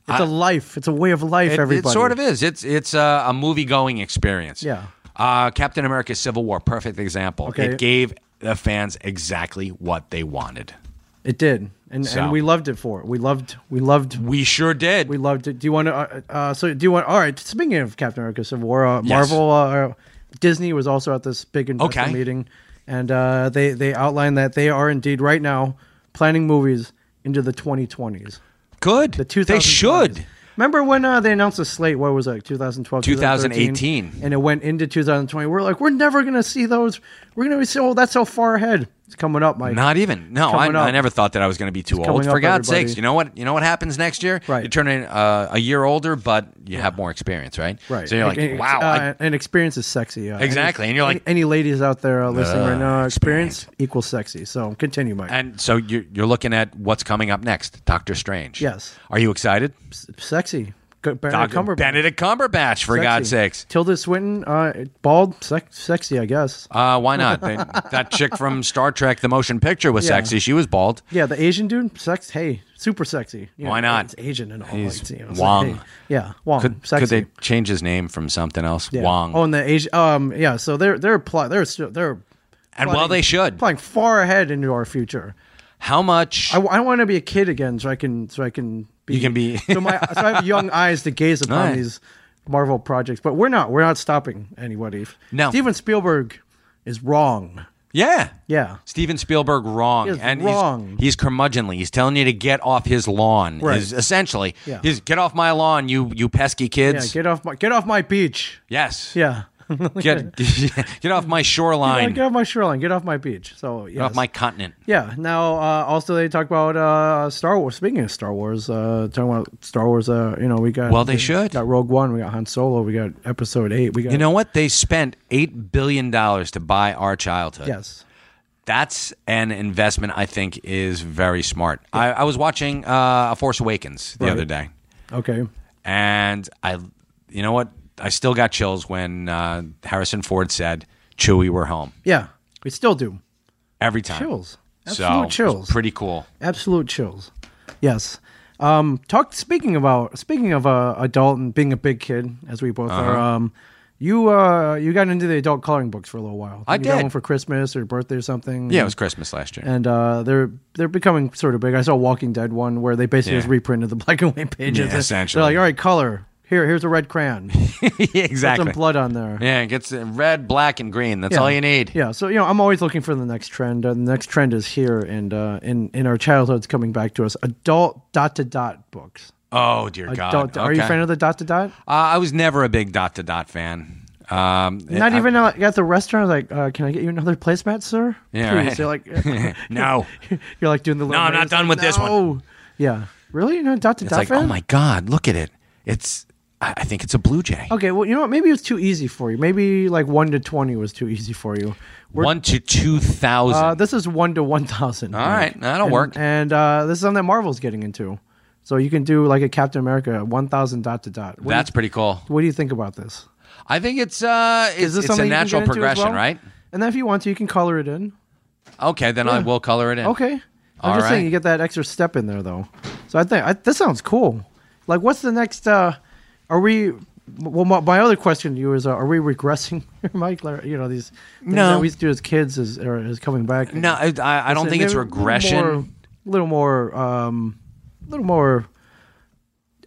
[SPEAKER 3] It's a life. It's a way of life.
[SPEAKER 1] it,
[SPEAKER 3] everybody.
[SPEAKER 1] it sort of is it's it's a, a movie going experience
[SPEAKER 3] Yeah.
[SPEAKER 1] uh, captain america civil war perfect example
[SPEAKER 3] Okay.
[SPEAKER 1] it gave the fans exactly what they wanted
[SPEAKER 3] It did, and
[SPEAKER 1] So.
[SPEAKER 3] and we loved it for it. We loved we loved
[SPEAKER 1] we sure did
[SPEAKER 3] we loved it. Do you want to? Uh, uh, so do you want? All right. Speaking of Captain America: Civil War, uh, Marvel, uh, Disney was also at this big investor
[SPEAKER 1] Okay.
[SPEAKER 3] meeting, and uh, they they outlined that they are indeed right now planning movies into the 2020s.
[SPEAKER 1] Good.
[SPEAKER 3] The 2000s.
[SPEAKER 1] They should.
[SPEAKER 3] Remember when uh, they announced the slate? What was it? 2012,
[SPEAKER 1] 2018.
[SPEAKER 3] 2013, and it went into 2020. We're like, we're never gonna see those. We're gonna be so. Oh, that's so far ahead. It's coming up, Mike.
[SPEAKER 1] Not even. No, I,
[SPEAKER 3] coming up.
[SPEAKER 1] I never thought that I was going to be too old.
[SPEAKER 3] coming
[SPEAKER 1] For
[SPEAKER 3] up,
[SPEAKER 1] God's
[SPEAKER 3] everybody.
[SPEAKER 1] sakes, you know what? You know what happens next year?
[SPEAKER 3] Right.
[SPEAKER 1] You turn in uh, a year older, but you have more experience, right?
[SPEAKER 3] Right.
[SPEAKER 1] So you're like,
[SPEAKER 3] And-
[SPEAKER 1] wow.
[SPEAKER 3] Uh,
[SPEAKER 1] I-
[SPEAKER 3] and experience is sexy. Uh,
[SPEAKER 1] Exactly, and you're
[SPEAKER 3] any-
[SPEAKER 1] like-
[SPEAKER 3] any ladies out there uh, listening right now,
[SPEAKER 1] Ugh,
[SPEAKER 3] experience, equals sexy. So continue, Mike.
[SPEAKER 1] and so you're, you're looking at what's coming up next, Doctor Strange.
[SPEAKER 3] Yes.
[SPEAKER 1] Are you excited?
[SPEAKER 3] S- sexy. Benedict
[SPEAKER 1] Dr.
[SPEAKER 3] Cumberbatch.
[SPEAKER 1] Benedict Cumberbatch, for
[SPEAKER 3] Sexy.
[SPEAKER 1] God's sakes.
[SPEAKER 3] Tilda Swinton, uh, bald, sex, sexy, I guess.
[SPEAKER 1] Uh, why not? They- that chick from Star Trek, the motion picture, was
[SPEAKER 3] Yeah.
[SPEAKER 1] sexy. She was bald.
[SPEAKER 3] Yeah, the Asian dude, sex. Hey, super sexy. You
[SPEAKER 1] Why not?
[SPEAKER 3] It's Asian and all.
[SPEAKER 1] He's
[SPEAKER 3] like, you know, it's
[SPEAKER 1] Wong.
[SPEAKER 3] like, hey, yeah, Wong.
[SPEAKER 1] Could,
[SPEAKER 3] sexy.
[SPEAKER 1] could they change his name from something else?
[SPEAKER 3] yeah.
[SPEAKER 1] Wong.
[SPEAKER 3] Oh, and the Asian. Um, yeah. So they're they're pl- they're still, they're
[SPEAKER 1] and well, they should.
[SPEAKER 3] playing far ahead into our future.
[SPEAKER 1] How much?
[SPEAKER 3] I, want to be a kid again, so I can so I can be
[SPEAKER 1] You can be-
[SPEAKER 3] so my so I have young eyes to gaze upon
[SPEAKER 1] Right.
[SPEAKER 3] these Marvel projects. But we're not we're not stopping anybody.
[SPEAKER 1] No.
[SPEAKER 3] Steven Spielberg is wrong.
[SPEAKER 1] yeah.
[SPEAKER 3] Yeah.
[SPEAKER 1] Steven Spielberg wrong.
[SPEAKER 3] He is
[SPEAKER 1] and
[SPEAKER 3] wrong.
[SPEAKER 1] He's, he's curmudgeonly. He's telling you to get off his lawn.
[SPEAKER 3] Right.
[SPEAKER 1] Is essentially.
[SPEAKER 3] Yeah.
[SPEAKER 1] He's get off my lawn, you you pesky
[SPEAKER 3] Yeah.
[SPEAKER 1] kids.
[SPEAKER 3] Get off my get off my beach.
[SPEAKER 1] yes.
[SPEAKER 3] Yeah.
[SPEAKER 1] Get get off my shoreline.
[SPEAKER 3] Get off my shoreline. Get off my beach. So yes.
[SPEAKER 1] Get off my continent.
[SPEAKER 3] Yeah. Now, uh, also they talk about uh, Star Wars. Speaking of Star Wars, uh, talking about Star Wars. Uh, you know, we got
[SPEAKER 1] Well, they should.
[SPEAKER 3] got Rogue One. We got Han Solo. We got Episode Eight. We got
[SPEAKER 1] You know what? They spent eight billion dollars to buy our childhood.
[SPEAKER 3] Yes.
[SPEAKER 1] that's an investment I think is very smart. I, I was watching uh, A Force Awakens the
[SPEAKER 3] Right.
[SPEAKER 1] other day,
[SPEAKER 3] Okay.
[SPEAKER 1] and I, you know what? I still got chills when uh, Harrison Ford said, "Chewie, we're home."
[SPEAKER 3] Yeah. We still do.
[SPEAKER 1] Every time
[SPEAKER 3] Chills.
[SPEAKER 1] So,
[SPEAKER 3] Absolute
[SPEAKER 1] it was
[SPEAKER 3] chills.
[SPEAKER 1] Pretty cool.
[SPEAKER 3] Absolute chills. Yes. Um, talk. Speaking about speaking of uh, adult and being a big kid, as we both
[SPEAKER 1] Uh-huh.
[SPEAKER 3] are. Um, you uh, you got into the adult coloring books for a little while.
[SPEAKER 1] I
[SPEAKER 3] You got
[SPEAKER 1] did.
[SPEAKER 3] one for Christmas or birthday or something.
[SPEAKER 1] Yeah, it was Christmas last year.
[SPEAKER 3] and uh, they're they're becoming sort of big. I saw Walking Dead one where they basically
[SPEAKER 1] Yeah.
[SPEAKER 3] just reprinted the black and white pages.
[SPEAKER 1] Yeah,
[SPEAKER 3] They're-
[SPEAKER 1] essentially.
[SPEAKER 3] they're like, all right, color here. Here's a red crayon.
[SPEAKER 1] Yeah,
[SPEAKER 3] Put some
[SPEAKER 1] exactly.
[SPEAKER 3] blood on there.
[SPEAKER 1] Yeah, it gets uh, red, black, and green. That's all you need.
[SPEAKER 3] Yeah, so you know, I'm always looking for the next trend. And the next trend is here, and uh, in in our childhoods coming back to us. Adult dot to dot books.
[SPEAKER 1] Oh dear God.
[SPEAKER 3] Adult, Are you a
[SPEAKER 1] Okay.
[SPEAKER 3] fan of the dot to dot?
[SPEAKER 1] Uh, I was never a big dot to dot fan. Um,
[SPEAKER 3] Not
[SPEAKER 1] I-
[SPEAKER 3] even like, at the restaurant. Like, uh, can I get you another placemat, sir?
[SPEAKER 1] Yeah,
[SPEAKER 3] Please.
[SPEAKER 1] right.
[SPEAKER 3] You're like,
[SPEAKER 1] no.
[SPEAKER 3] you're like doing the. little
[SPEAKER 1] No, I'm not
[SPEAKER 3] maze,
[SPEAKER 1] done
[SPEAKER 3] like,
[SPEAKER 1] with this one.
[SPEAKER 3] "No." Yeah, really? You're not a dot to
[SPEAKER 1] It's
[SPEAKER 3] dot
[SPEAKER 1] like,
[SPEAKER 3] fan?
[SPEAKER 1] oh my God, look at it. It's, I I think it's a blue jay.
[SPEAKER 3] Okay, well, you know what? Maybe it was too easy for you. Maybe like 1 to 20 was too easy for you. We're,
[SPEAKER 1] One to two thousand.
[SPEAKER 3] uh, this is 1 to 1,000.
[SPEAKER 1] All right, that'll
[SPEAKER 3] and,
[SPEAKER 1] work.
[SPEAKER 3] And uh, this is something that Marvel's getting into. So you can do like a Captain America 1,000 dot to dot. What
[SPEAKER 1] That's
[SPEAKER 3] do
[SPEAKER 1] pretty cool.
[SPEAKER 3] you, What do you think about this?
[SPEAKER 1] I think it's uh, it's,
[SPEAKER 3] Is
[SPEAKER 1] it's
[SPEAKER 3] this
[SPEAKER 1] a
[SPEAKER 3] something you can
[SPEAKER 1] natural
[SPEAKER 3] get into as
[SPEAKER 1] progression,
[SPEAKER 3] well?
[SPEAKER 1] right?
[SPEAKER 3] And then if you want to, you can color it in.
[SPEAKER 1] Okay, then I
[SPEAKER 3] Yeah.
[SPEAKER 1] will color it in.
[SPEAKER 3] Okay. I'm
[SPEAKER 1] All
[SPEAKER 3] just
[SPEAKER 1] right.
[SPEAKER 3] saying you get that extra step in there, though. So I think I, this sounds cool. Like, what's the next? Uh, are we? Well, my, my other question to you is: uh, Are we regressing, Mike? Like, You know, these things
[SPEAKER 1] No.
[SPEAKER 3] that we used to do as kids is are, is coming back.
[SPEAKER 1] No, I, I I don't think it's regression.
[SPEAKER 3] A little more, little more, um, little more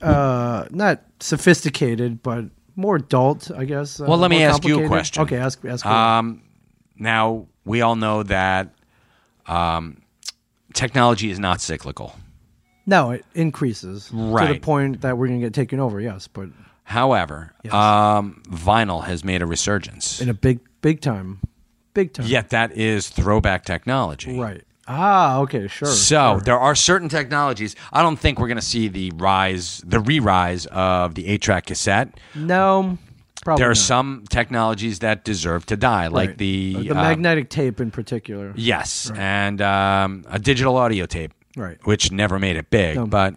[SPEAKER 3] uh, not sophisticated, but more adult, I guess. uh,
[SPEAKER 1] Well, let me
[SPEAKER 3] more
[SPEAKER 1] ask you a
[SPEAKER 3] complicated.
[SPEAKER 1] question.
[SPEAKER 3] Okay, ask ask. me.
[SPEAKER 1] Um, now we all know that um, technology is not cyclical.
[SPEAKER 3] No, it increases to the
[SPEAKER 1] Right.
[SPEAKER 3] point that we're going to get taken over. Yes, but
[SPEAKER 1] However, um, vinyl has made a resurgence.
[SPEAKER 3] in a big, big time, big time.
[SPEAKER 1] Yet that is throwback technology.
[SPEAKER 3] Right. Ah, okay, sure.
[SPEAKER 1] So
[SPEAKER 3] sure.
[SPEAKER 1] there are certain technologies. I don't think we're going to see the rise, the re-rise of the eight-track cassette.
[SPEAKER 3] no, probably
[SPEAKER 1] there are
[SPEAKER 3] not.
[SPEAKER 1] some technologies that deserve to die, like
[SPEAKER 3] Right. Uh,
[SPEAKER 1] the,
[SPEAKER 3] Like
[SPEAKER 1] um,
[SPEAKER 3] magnetic tape in particular.
[SPEAKER 1] Yes, and um, a digital audio tape,
[SPEAKER 3] Right.
[SPEAKER 1] Which never made it big, but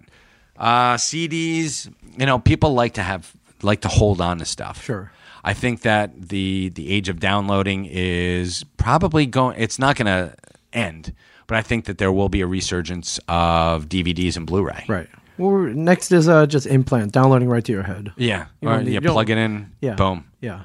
[SPEAKER 1] uh, CDs. You know, people like to have like to hold on to stuff.
[SPEAKER 3] Sure.
[SPEAKER 1] I think that the the age of downloading is probably going. It's not going to end, but I think that there will be a resurgence of DVDs and Blu-ray.
[SPEAKER 3] Right. Well, we're- next is uh, just implant downloading right to your head.
[SPEAKER 1] Yeah.
[SPEAKER 3] You
[SPEAKER 1] Or
[SPEAKER 3] don't need-
[SPEAKER 1] you
[SPEAKER 3] you don't-
[SPEAKER 1] plug it in.
[SPEAKER 3] Yeah.
[SPEAKER 1] Boom.
[SPEAKER 3] Yeah.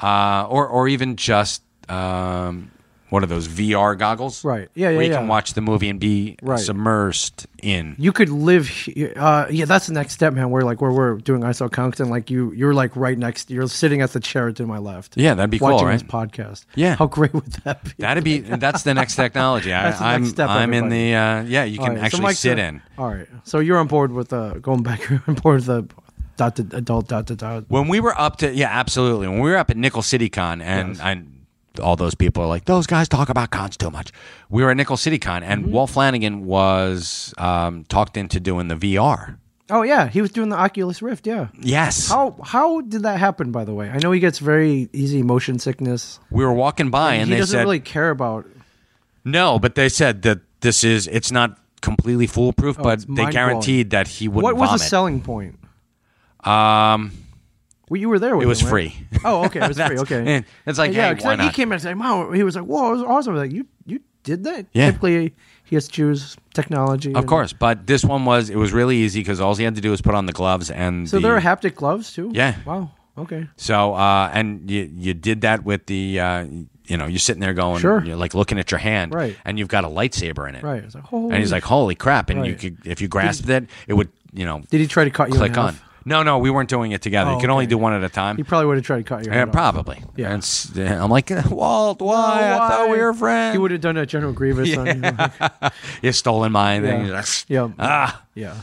[SPEAKER 1] uh, or or even just um, what are those VR goggles?
[SPEAKER 3] Right. Yeah, yeah,
[SPEAKER 1] Where you
[SPEAKER 3] yeah.
[SPEAKER 1] can watch the movie and be
[SPEAKER 3] Right.
[SPEAKER 1] submersed in.
[SPEAKER 3] You could live. he- Uh, yeah, that's the next step, man. Where like where we're doing ISO counts and like you you're like right next. You're sitting at the chair to my left.
[SPEAKER 1] Yeah, that'd be cool,
[SPEAKER 3] watching
[SPEAKER 1] right?
[SPEAKER 3] this podcast.
[SPEAKER 1] Yeah.
[SPEAKER 3] How great would that be?
[SPEAKER 1] That'd be that's the next technology. I,
[SPEAKER 3] That's the
[SPEAKER 1] I'm
[SPEAKER 3] next step,
[SPEAKER 1] I'm in
[SPEAKER 3] everybody.
[SPEAKER 1] the uh, yeah. You
[SPEAKER 3] All
[SPEAKER 1] can
[SPEAKER 3] right, so
[SPEAKER 1] actually
[SPEAKER 3] Mike's
[SPEAKER 1] sit
[SPEAKER 3] a-
[SPEAKER 1] in.
[SPEAKER 3] All right. So you're on board with the going back. You're on board with the dot to, adult dot to dot.
[SPEAKER 1] When we were up to yeah, absolutely. When we were up at Nickel City Con and and all those people are like those guys talk about cons too much. We were at Nickel City Con
[SPEAKER 3] Mm-hmm.
[SPEAKER 1] and Walt Flanagan was um, talked into doing the VR.
[SPEAKER 3] Oh yeah, he was doing the Oculus Rift. Yeah.
[SPEAKER 1] Yes.
[SPEAKER 3] How how did that happen? By the way, I know he gets very easy motion sickness.
[SPEAKER 1] we were walking by and,
[SPEAKER 3] he
[SPEAKER 1] they
[SPEAKER 3] doesn't
[SPEAKER 1] said
[SPEAKER 3] really care about.
[SPEAKER 1] No, but they said that this is it's not completely foolproof, but
[SPEAKER 3] Oh, it's
[SPEAKER 1] they guaranteed that he would
[SPEAKER 3] What was
[SPEAKER 1] vomit. Um,
[SPEAKER 3] the selling point? Well, you were there. With
[SPEAKER 1] It was
[SPEAKER 3] him, right?
[SPEAKER 1] free.
[SPEAKER 3] Oh, okay, it was free.
[SPEAKER 1] That's-
[SPEAKER 3] Okay,
[SPEAKER 1] and it's like, hey,
[SPEAKER 3] because
[SPEAKER 1] why
[SPEAKER 3] he
[SPEAKER 1] not?
[SPEAKER 3] came in and said, "Wow," he was like, "Whoa, it was awesome!" I was like, "You, you did that."
[SPEAKER 1] Yeah.
[SPEAKER 3] Typically, he has to choose technology.
[SPEAKER 1] Of course, but this one was it was really easy because all he had to do was put on the gloves and
[SPEAKER 3] So
[SPEAKER 1] the,
[SPEAKER 3] there are haptic gloves too.
[SPEAKER 1] Yeah.
[SPEAKER 3] Wow. Okay.
[SPEAKER 1] so uh, and you you did that with the uh, you know you're sitting there going
[SPEAKER 3] Sure.
[SPEAKER 1] you're like looking at your hand
[SPEAKER 3] Right.
[SPEAKER 1] and you've got a lightsaber in it
[SPEAKER 3] Right. It's like, holy.
[SPEAKER 1] and he's like holy crap and you
[SPEAKER 3] Right.
[SPEAKER 1] could if you grasped it it would you know
[SPEAKER 3] "Did he try to cut you?" in
[SPEAKER 1] click on
[SPEAKER 3] half?
[SPEAKER 1] no no we weren't doing it together
[SPEAKER 3] Oh,
[SPEAKER 1] you could only
[SPEAKER 3] okay.
[SPEAKER 1] do one at a time
[SPEAKER 3] He probably would have tried to cut you.
[SPEAKER 1] yeah, probably
[SPEAKER 3] Yeah.
[SPEAKER 1] and s- I'm like "Eh, Walt why? I thought we were friends
[SPEAKER 3] Oh, He would have done that General Grievous. On,
[SPEAKER 1] you stolen mine
[SPEAKER 3] Yeah.
[SPEAKER 1] and you're like,
[SPEAKER 3] yeah.
[SPEAKER 1] ah
[SPEAKER 3] Yeah.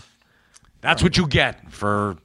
[SPEAKER 1] that's what you get for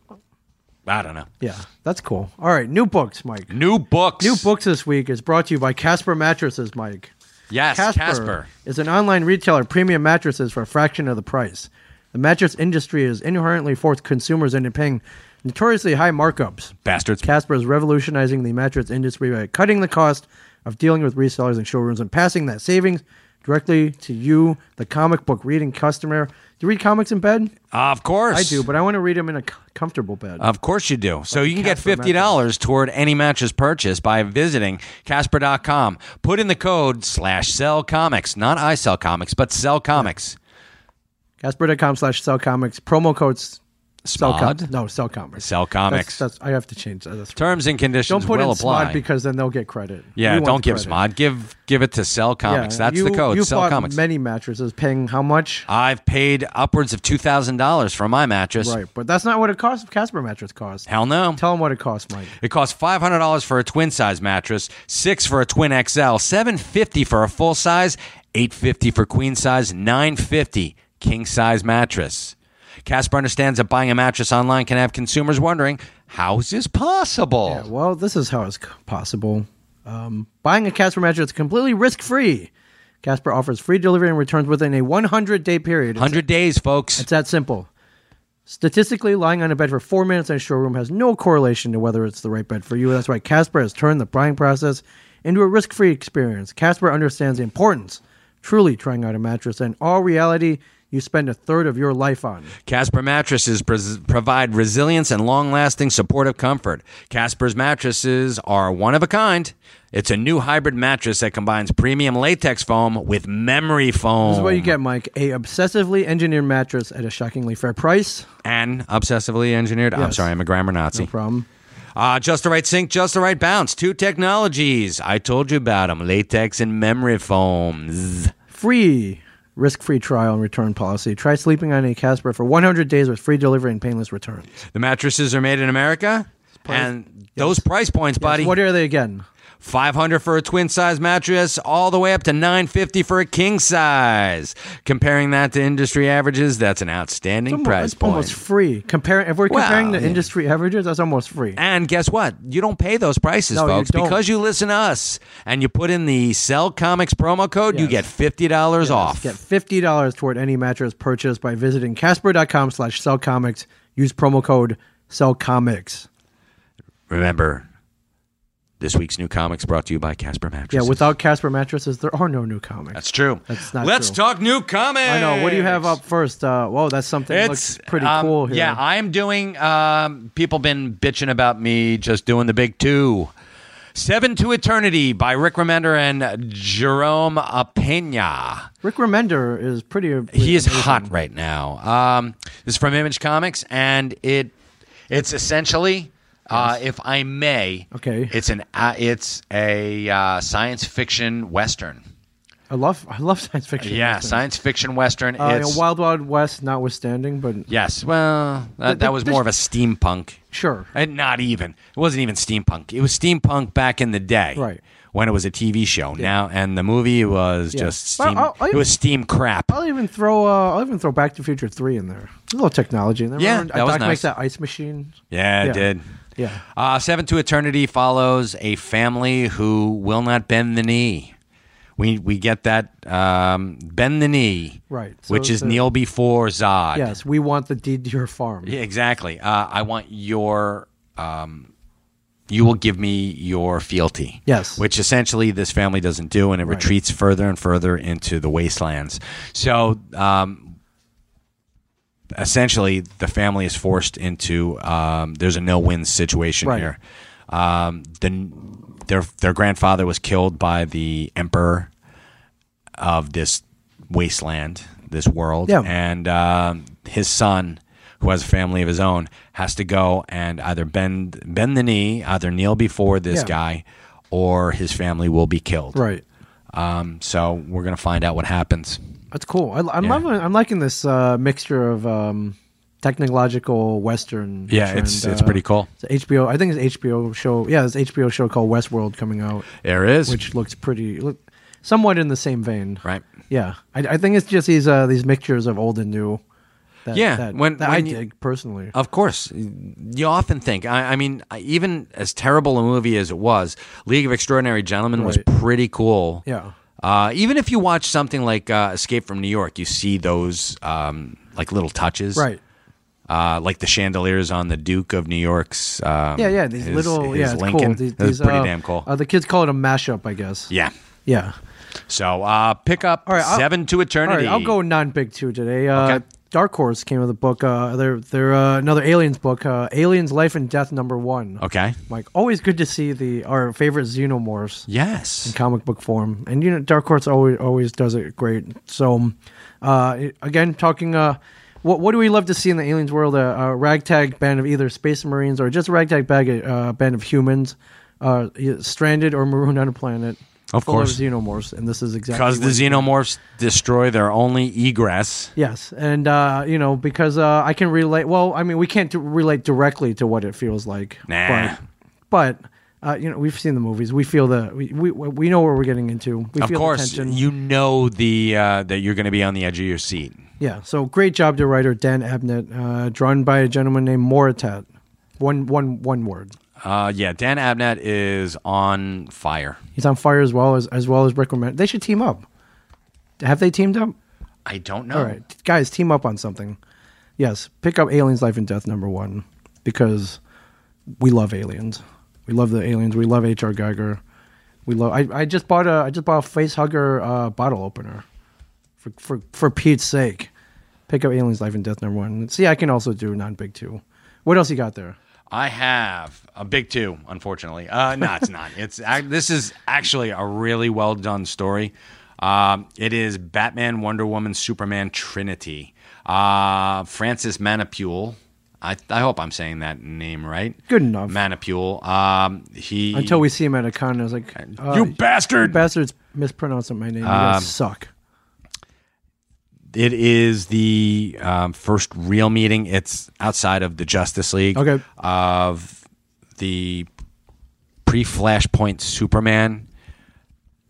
[SPEAKER 1] I don't know
[SPEAKER 3] Yeah. That's cool. All right. New books, Mike.
[SPEAKER 1] new books
[SPEAKER 3] New books this week is brought to you by Casper Mattresses, Mike.
[SPEAKER 1] Yes, Casper.
[SPEAKER 3] Casper, is an online retailer of premium mattresses for a fraction of the price. The mattress industry has inherently forced consumers into paying notoriously high markups.
[SPEAKER 1] Bastards.
[SPEAKER 3] Casper is revolutionizing the mattress industry by cutting the cost of dealing with resellers and showrooms and passing that savings directly to you, the comic book reading customer. Do you read comics in bed?
[SPEAKER 1] of course.
[SPEAKER 3] I do, but I want to read them in a c- comfortable bed.
[SPEAKER 1] Of course you do. So you can get
[SPEAKER 3] Casper
[SPEAKER 1] $50 toward any mattress purchase by visiting Casper.com. Put in the code slash sell comics. Not I sell comics, but sell comics.
[SPEAKER 3] Casper.com slash sell comics. Promo codes sell
[SPEAKER 1] Smod?
[SPEAKER 3] comics. No, sell comics.
[SPEAKER 1] Sell comics.
[SPEAKER 3] That's, that's, I have to change that. That's
[SPEAKER 1] Terms and conditions
[SPEAKER 3] Don't put
[SPEAKER 1] will
[SPEAKER 3] in
[SPEAKER 1] apply.
[SPEAKER 3] smod because then they'll get credit. We
[SPEAKER 1] yeah,
[SPEAKER 3] want
[SPEAKER 1] don't
[SPEAKER 3] the
[SPEAKER 1] give
[SPEAKER 3] credit.
[SPEAKER 1] smod. Give give it to sell
[SPEAKER 3] Yeah,
[SPEAKER 1] comics. That's
[SPEAKER 3] you-
[SPEAKER 1] the code.
[SPEAKER 3] You
[SPEAKER 1] Sell
[SPEAKER 3] bought
[SPEAKER 1] comics.
[SPEAKER 3] Many mattresses paying how much?
[SPEAKER 1] I've paid upwards of two thousand dollars for my mattress.
[SPEAKER 3] Right, but that's not what it costs. Casper mattress costs.
[SPEAKER 1] Hell no.
[SPEAKER 3] Tell them what it costs, Mike.
[SPEAKER 1] It costs five hundred dollars for a twin size mattress, six for a twin XL, seven fifty for a full size, eight fifty for queen size, nine fifty king size mattress. Casper understands that buying a mattress online can have consumers wondering, how is this possible?
[SPEAKER 3] Yeah, well, this is how it's c- possible. Um, buying a Casper mattress is completely risk free. Casper offers free delivery and returns within a 100 day period. It's,
[SPEAKER 1] Hundred days, folks.
[SPEAKER 3] it's that simple. Statistically, lying on a bed for four minutes in a showroom has no correlation to whether it's the right bed for you. That's why Casper has turned the buying process into a risk free experience. Casper understands the importance of truly trying out a mattress and all reality you spend a third of your life on.
[SPEAKER 1] Casper mattresses pres provide resilience and long lasting supportive comfort. Casper's mattresses are one of a kind. It's a new hybrid mattress that combines premium latex foam with memory foam.
[SPEAKER 3] This is what you get, Mike. A obsessively engineered mattress at a shockingly fair price.
[SPEAKER 1] and obsessively engineered. I'm
[SPEAKER 3] Yes.
[SPEAKER 1] sorry, I'm a grammar Nazi.
[SPEAKER 3] No problem.
[SPEAKER 1] uh, just the right sink, just the right bounce. Two technologies. I told you about them latex and memory foams.
[SPEAKER 3] Free risk free trial and return policy. Try sleeping on a Casper for 100 days with free delivery and painless returns.
[SPEAKER 1] The mattresses are made in America. and those price points, buddy.
[SPEAKER 3] What are they again?
[SPEAKER 1] 500 for a twin size mattress, all the way up to 950 for a king size. Comparing that to industry averages, that's an outstanding price
[SPEAKER 3] it's
[SPEAKER 1] point.
[SPEAKER 3] almost free. Comparing if we're
[SPEAKER 1] Well,
[SPEAKER 3] comparing the
[SPEAKER 1] yeah.
[SPEAKER 3] industry averages, that's almost free.
[SPEAKER 1] And guess what? You don't pay those prices,
[SPEAKER 3] No, you
[SPEAKER 1] folks,
[SPEAKER 3] don't.
[SPEAKER 1] because you listen to us and you put in the Sell Comics promo code, you get
[SPEAKER 3] Yes.
[SPEAKER 1] fifty dollars off.
[SPEAKER 3] Get fifty dollars toward any mattress purchase by visiting Casper.com slash sell comics. Use promo code sell comics.
[SPEAKER 1] Remember, this week's new comics brought to you by Casper
[SPEAKER 3] Yeah,
[SPEAKER 1] Mattresses.
[SPEAKER 3] without Casper mattresses, there are no new comics.
[SPEAKER 1] that's true.
[SPEAKER 3] That's not
[SPEAKER 1] Let's
[SPEAKER 3] true.
[SPEAKER 1] talk new comics.
[SPEAKER 3] I know. What do you have up first? Uh, whoa, that's something that
[SPEAKER 1] It's
[SPEAKER 3] looks pretty
[SPEAKER 1] um,
[SPEAKER 3] cool here.
[SPEAKER 1] Yeah, I'm doing. Um, people been bitching about me just doing the big two. Seven to Eternity by Rick Remender and Jerome uh, Pena.
[SPEAKER 3] Rick Remender is pretty. uh,
[SPEAKER 1] he is hot right now. Um, this is from Image Comics, and it it's essentially, uh, if I may,
[SPEAKER 3] Okay.
[SPEAKER 1] it's an uh, it's a uh, science fiction western.
[SPEAKER 3] I love. I love science fiction.
[SPEAKER 1] Yeah, science fiction western.
[SPEAKER 3] Uh, you know,
[SPEAKER 1] it's
[SPEAKER 3] Wild Wild West, notwithstanding, but
[SPEAKER 1] yes. Well, that, that was more of a steampunk.
[SPEAKER 3] sure.
[SPEAKER 1] And Uh, not even. It wasn't even steampunk. It was steampunk back in the day,
[SPEAKER 3] Right.
[SPEAKER 1] When it was a TV show. Now and the movie was
[SPEAKER 3] Yeah.
[SPEAKER 1] just
[SPEAKER 3] Well,
[SPEAKER 1] steam.
[SPEAKER 3] I'll- I'll-
[SPEAKER 1] it was steam crap.
[SPEAKER 3] I'll even throw. Uh, I'll even throw Back to the Future Three in there. A little technology in there.
[SPEAKER 1] Yeah,
[SPEAKER 3] Remember,
[SPEAKER 1] that was
[SPEAKER 3] Doc
[SPEAKER 1] nice.
[SPEAKER 3] makes that ice machine.
[SPEAKER 1] Yeah, it
[SPEAKER 3] Yeah.
[SPEAKER 1] did.
[SPEAKER 3] Yeah.
[SPEAKER 1] Uh, Seven to Eternity follows a family who will not bend the knee. We we get that um, bend the knee,
[SPEAKER 3] Right. So
[SPEAKER 1] which is
[SPEAKER 3] the-
[SPEAKER 1] kneel before Zod.
[SPEAKER 3] Yes, we want the deed to your farm.
[SPEAKER 1] Yeah, exactly. Uh, I want your. Um, you will give me your fealty.
[SPEAKER 3] Yes.
[SPEAKER 1] Which essentially this family doesn't do, and it retreats further and further into the wastelands. So um, essentially the family is forced into um, there's a no win situation
[SPEAKER 3] Right.
[SPEAKER 1] here. Um, the, their their grandfather was killed by the emperor of this wasteland, this world,
[SPEAKER 3] Yeah.
[SPEAKER 1] and um, his son. Who has a family of his own has to go and either bend bend the knee, either kneel before this
[SPEAKER 3] Yeah.
[SPEAKER 1] guy, or his family will be killed.
[SPEAKER 3] Right.
[SPEAKER 1] Um, so we're gonna find out what happens.
[SPEAKER 3] That's cool. I, I'm
[SPEAKER 1] Yeah.
[SPEAKER 3] loving. I'm liking this uh, mixture of um, technological Western.
[SPEAKER 1] Yeah,
[SPEAKER 3] trend,
[SPEAKER 1] it's it's
[SPEAKER 3] uh,
[SPEAKER 1] pretty cool.
[SPEAKER 3] it's a HBO. I think it's HBO show. Yeah, it's HBO show called Westworld coming out,
[SPEAKER 1] There is
[SPEAKER 3] which looks pretty, look, somewhat in the same vein.
[SPEAKER 1] right.
[SPEAKER 3] Yeah, I, I think it's just these uh, these mixtures of old and new. That,
[SPEAKER 1] Yeah,
[SPEAKER 3] that,
[SPEAKER 1] when-
[SPEAKER 3] that
[SPEAKER 1] when
[SPEAKER 3] I
[SPEAKER 1] you- Uh,
[SPEAKER 3] dig personally.
[SPEAKER 1] Of course, you often think. I, I mean, I- even as terrible a movie as it was, League of Extraordinary Gentlemen was
[SPEAKER 3] Right.
[SPEAKER 1] pretty cool.
[SPEAKER 3] Yeah.
[SPEAKER 1] Uh, even if you watch something like uh, Escape from New York, you see those um, like little touches,
[SPEAKER 3] right.
[SPEAKER 1] Uh, like the chandeliers on the Duke of New York's. Um,
[SPEAKER 3] Yeah, yeah. These
[SPEAKER 1] his-
[SPEAKER 3] little.
[SPEAKER 1] his
[SPEAKER 3] yeah, it's
[SPEAKER 1] Lincoln.
[SPEAKER 3] cool. These,
[SPEAKER 1] That was
[SPEAKER 3] these,
[SPEAKER 1] pretty
[SPEAKER 3] uh,
[SPEAKER 1] damn cool.
[SPEAKER 3] Uh, the kids call it a mashup, I guess.
[SPEAKER 1] yeah.
[SPEAKER 3] Yeah.
[SPEAKER 1] So uh, pick up
[SPEAKER 3] All right, I'll-
[SPEAKER 1] seven to
[SPEAKER 3] All
[SPEAKER 1] eternity.
[SPEAKER 3] right, I'll go non big two today. Uh,
[SPEAKER 1] Okay.
[SPEAKER 3] Dark Horse came with a book. Uh, they're they're uh, another Aliens book. Uh, Aliens: Life and Death Number One.
[SPEAKER 1] Okay.
[SPEAKER 3] Mike, always good to see the our favorite xenomorphs in
[SPEAKER 1] Yes.
[SPEAKER 3] comic book form, and you know Dark Horse always always does it great. So, uh, again, talking uh, what what do we love to see in the aliens world? A, a ragtag band of either space marines or just a ragtag bag uh, band of humans, uh, stranded or marooned on a planet.
[SPEAKER 1] Of
[SPEAKER 3] full
[SPEAKER 1] course.
[SPEAKER 3] xenomorphs, and this is exactly
[SPEAKER 1] Because the
[SPEAKER 3] what-
[SPEAKER 1] xenomorphs destroy their only egress.
[SPEAKER 3] Yes, and uh, you know because uh, I can relate. Well, I mean, we can't d- relate directly to what it feels like.
[SPEAKER 1] Nah.
[SPEAKER 3] But, but uh, you know, we've seen the movies. We feel the we we, we know where we're getting into. We
[SPEAKER 1] of
[SPEAKER 3] feel
[SPEAKER 1] course,
[SPEAKER 3] the tension.
[SPEAKER 1] you know the uh, that you're going to be on the edge of your seat.
[SPEAKER 3] yeah. So great job to writer Dan Abnett, uh, drawn by a gentleman named Moritat. One one one word.
[SPEAKER 1] Uh, yeah, Dan Abnett is on fire.
[SPEAKER 3] He's on fire as well as as well as Rick Remender. They should team up. Have they teamed up?
[SPEAKER 1] I don't know.
[SPEAKER 3] All right, guys, team up on something. Yes, pick up Aliens: Life and Death number one because we love aliens. We love the aliens. We love H.R. Geiger. We love. I, I just bought a I just bought a face hugger uh, bottle opener for for for Pete's sake. Pick up Aliens: Life and Death number one. See, I can also do non big two. What else you got there?
[SPEAKER 1] I have a big two, unfortunately. Uh, no, it's not. It's I, this is actually a really well done story. Um, it is Batman, Wonder Woman, Superman Trinity. Uh, Francis Manipule. I, I hope I'm saying that name right.
[SPEAKER 3] Good enough.
[SPEAKER 1] Manipule. Um, he
[SPEAKER 3] Until we see him at a con, I was like, uh,
[SPEAKER 1] you bastard.
[SPEAKER 3] bastards mispronouncing my name. You guys
[SPEAKER 1] Um,
[SPEAKER 3] suck.
[SPEAKER 1] It is the um, first real meeting. It's outside of the Justice League.
[SPEAKER 3] Okay.
[SPEAKER 1] Of the pre Flashpoint Superman,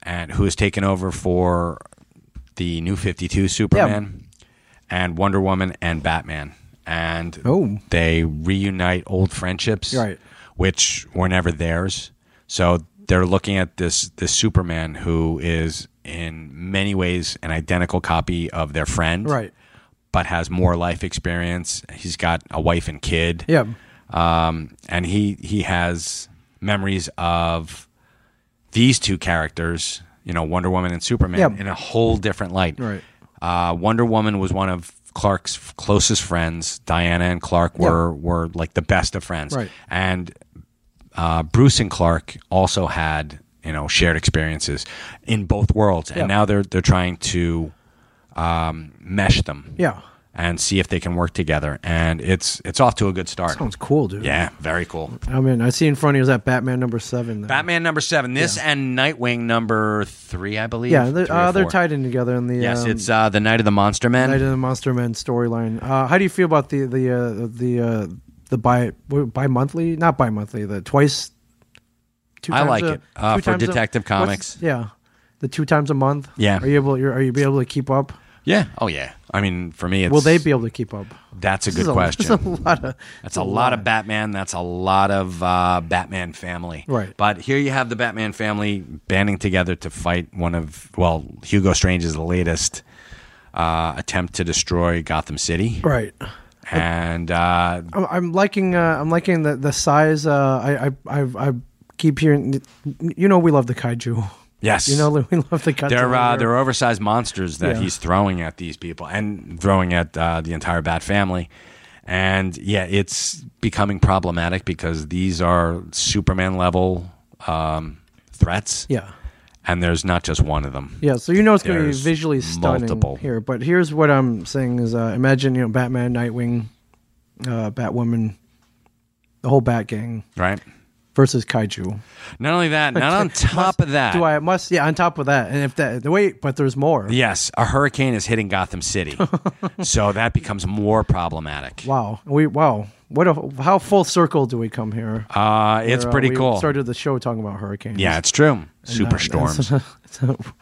[SPEAKER 1] and who has taken over for the New Fifty Two Superman, and Wonder Woman and Batman, and
[SPEAKER 3] Oh.
[SPEAKER 1] they reunite old friendships,
[SPEAKER 3] Right.
[SPEAKER 1] Which were never theirs. So they're looking at this this Superman who is in many ways an identical copy of their friend,
[SPEAKER 3] Right.
[SPEAKER 1] But has more life experience. He's got a wife and kid,
[SPEAKER 3] Yeah.
[SPEAKER 1] um, and he he has memories of these two characters, you know, Wonder Woman and Superman,
[SPEAKER 3] Yep.
[SPEAKER 1] in a whole different light.
[SPEAKER 3] Right.
[SPEAKER 1] Uh, Wonder Woman was one of Clark's f- closest friends. Diana and Clark were were like the best of friends,
[SPEAKER 3] Right.
[SPEAKER 1] and uh, Bruce and Clark also had you know shared experiences in both worlds, and
[SPEAKER 3] Yep.
[SPEAKER 1] now they're they're trying to um, mesh them.
[SPEAKER 3] Yeah.
[SPEAKER 1] And see if they can work together, and it's it's off to a good start.
[SPEAKER 3] Sounds cool, dude.
[SPEAKER 1] Yeah, very cool.
[SPEAKER 3] I mean, Oh, I see in front of you is that Batman number seven. there.
[SPEAKER 1] Batman number seven. This and Nightwing number three, I believe.
[SPEAKER 3] Yeah, they're,
[SPEAKER 1] Three or
[SPEAKER 3] uh, they're
[SPEAKER 1] four.
[SPEAKER 3] tied in together in the
[SPEAKER 1] Yes,
[SPEAKER 3] um,
[SPEAKER 1] it's uh, the Night of the Monster Man.
[SPEAKER 3] Night of the Monster Men storyline. Uh, how do you feel about the the uh, the uh, the bi bi monthly, not bi monthly, the twice. Two
[SPEAKER 1] I
[SPEAKER 3] times
[SPEAKER 1] like
[SPEAKER 3] a-
[SPEAKER 1] it, uh,
[SPEAKER 3] two
[SPEAKER 1] for
[SPEAKER 3] times a-
[SPEAKER 1] Detective
[SPEAKER 3] what's-
[SPEAKER 1] Comics.
[SPEAKER 3] Yeah, the two times a month.
[SPEAKER 1] Yeah.
[SPEAKER 3] are you able? You're, are you be able to keep up?
[SPEAKER 1] yeah. Oh yeah. I mean, for me, it's,
[SPEAKER 3] Will they be able to keep up?
[SPEAKER 1] That's a
[SPEAKER 3] This
[SPEAKER 1] good
[SPEAKER 3] is
[SPEAKER 1] question.
[SPEAKER 3] That's a lot of.
[SPEAKER 1] That's a lot of Batman. That's a lot of uh, Batman family.
[SPEAKER 3] Right.
[SPEAKER 1] But here you have the Batman family banding together to fight one of well, Hugo Strange's latest uh, attempt to destroy Gotham City,
[SPEAKER 3] Right.
[SPEAKER 1] and uh,
[SPEAKER 3] I'm, I'm liking. Uh, I'm liking the the size. Uh, I I I I keep hearing. You know, we love the kaiju.
[SPEAKER 1] Yes.
[SPEAKER 3] You know, we love the cuts.
[SPEAKER 1] They're
[SPEAKER 3] over
[SPEAKER 1] uh,
[SPEAKER 3] here.
[SPEAKER 1] they're oversized monsters that
[SPEAKER 3] Yeah.
[SPEAKER 1] he's throwing at these people and throwing at uh, the entire bat family, and yeah, it's becoming problematic because these are Superman level um, threats.
[SPEAKER 3] yeah,
[SPEAKER 1] and there's not just one of them.
[SPEAKER 3] yeah. So you know it's going to be
[SPEAKER 1] There's
[SPEAKER 3] visually stunning
[SPEAKER 1] multiple.
[SPEAKER 3] here. But here's what I'm saying is, uh, imagine you know Batman, Nightwing, uh, Batwoman, the whole Bat Gang
[SPEAKER 1] Right.
[SPEAKER 3] versus Kaiju.
[SPEAKER 1] Not only that, not on top of that.
[SPEAKER 3] Do I must? Yeah, on top of that, and if that wait, but there's more.
[SPEAKER 1] Yes, a hurricane is hitting Gotham City, so that becomes more problematic.
[SPEAKER 3] Wow, we wow, what a how full circle do we come here?
[SPEAKER 1] Uh, it's
[SPEAKER 3] Where, uh,
[SPEAKER 1] pretty
[SPEAKER 3] we
[SPEAKER 1] cool.
[SPEAKER 3] Started the show talking about hurricanes.
[SPEAKER 1] yeah, it's true.
[SPEAKER 3] And that-
[SPEAKER 1] Superstorms.
[SPEAKER 3] that's- that's-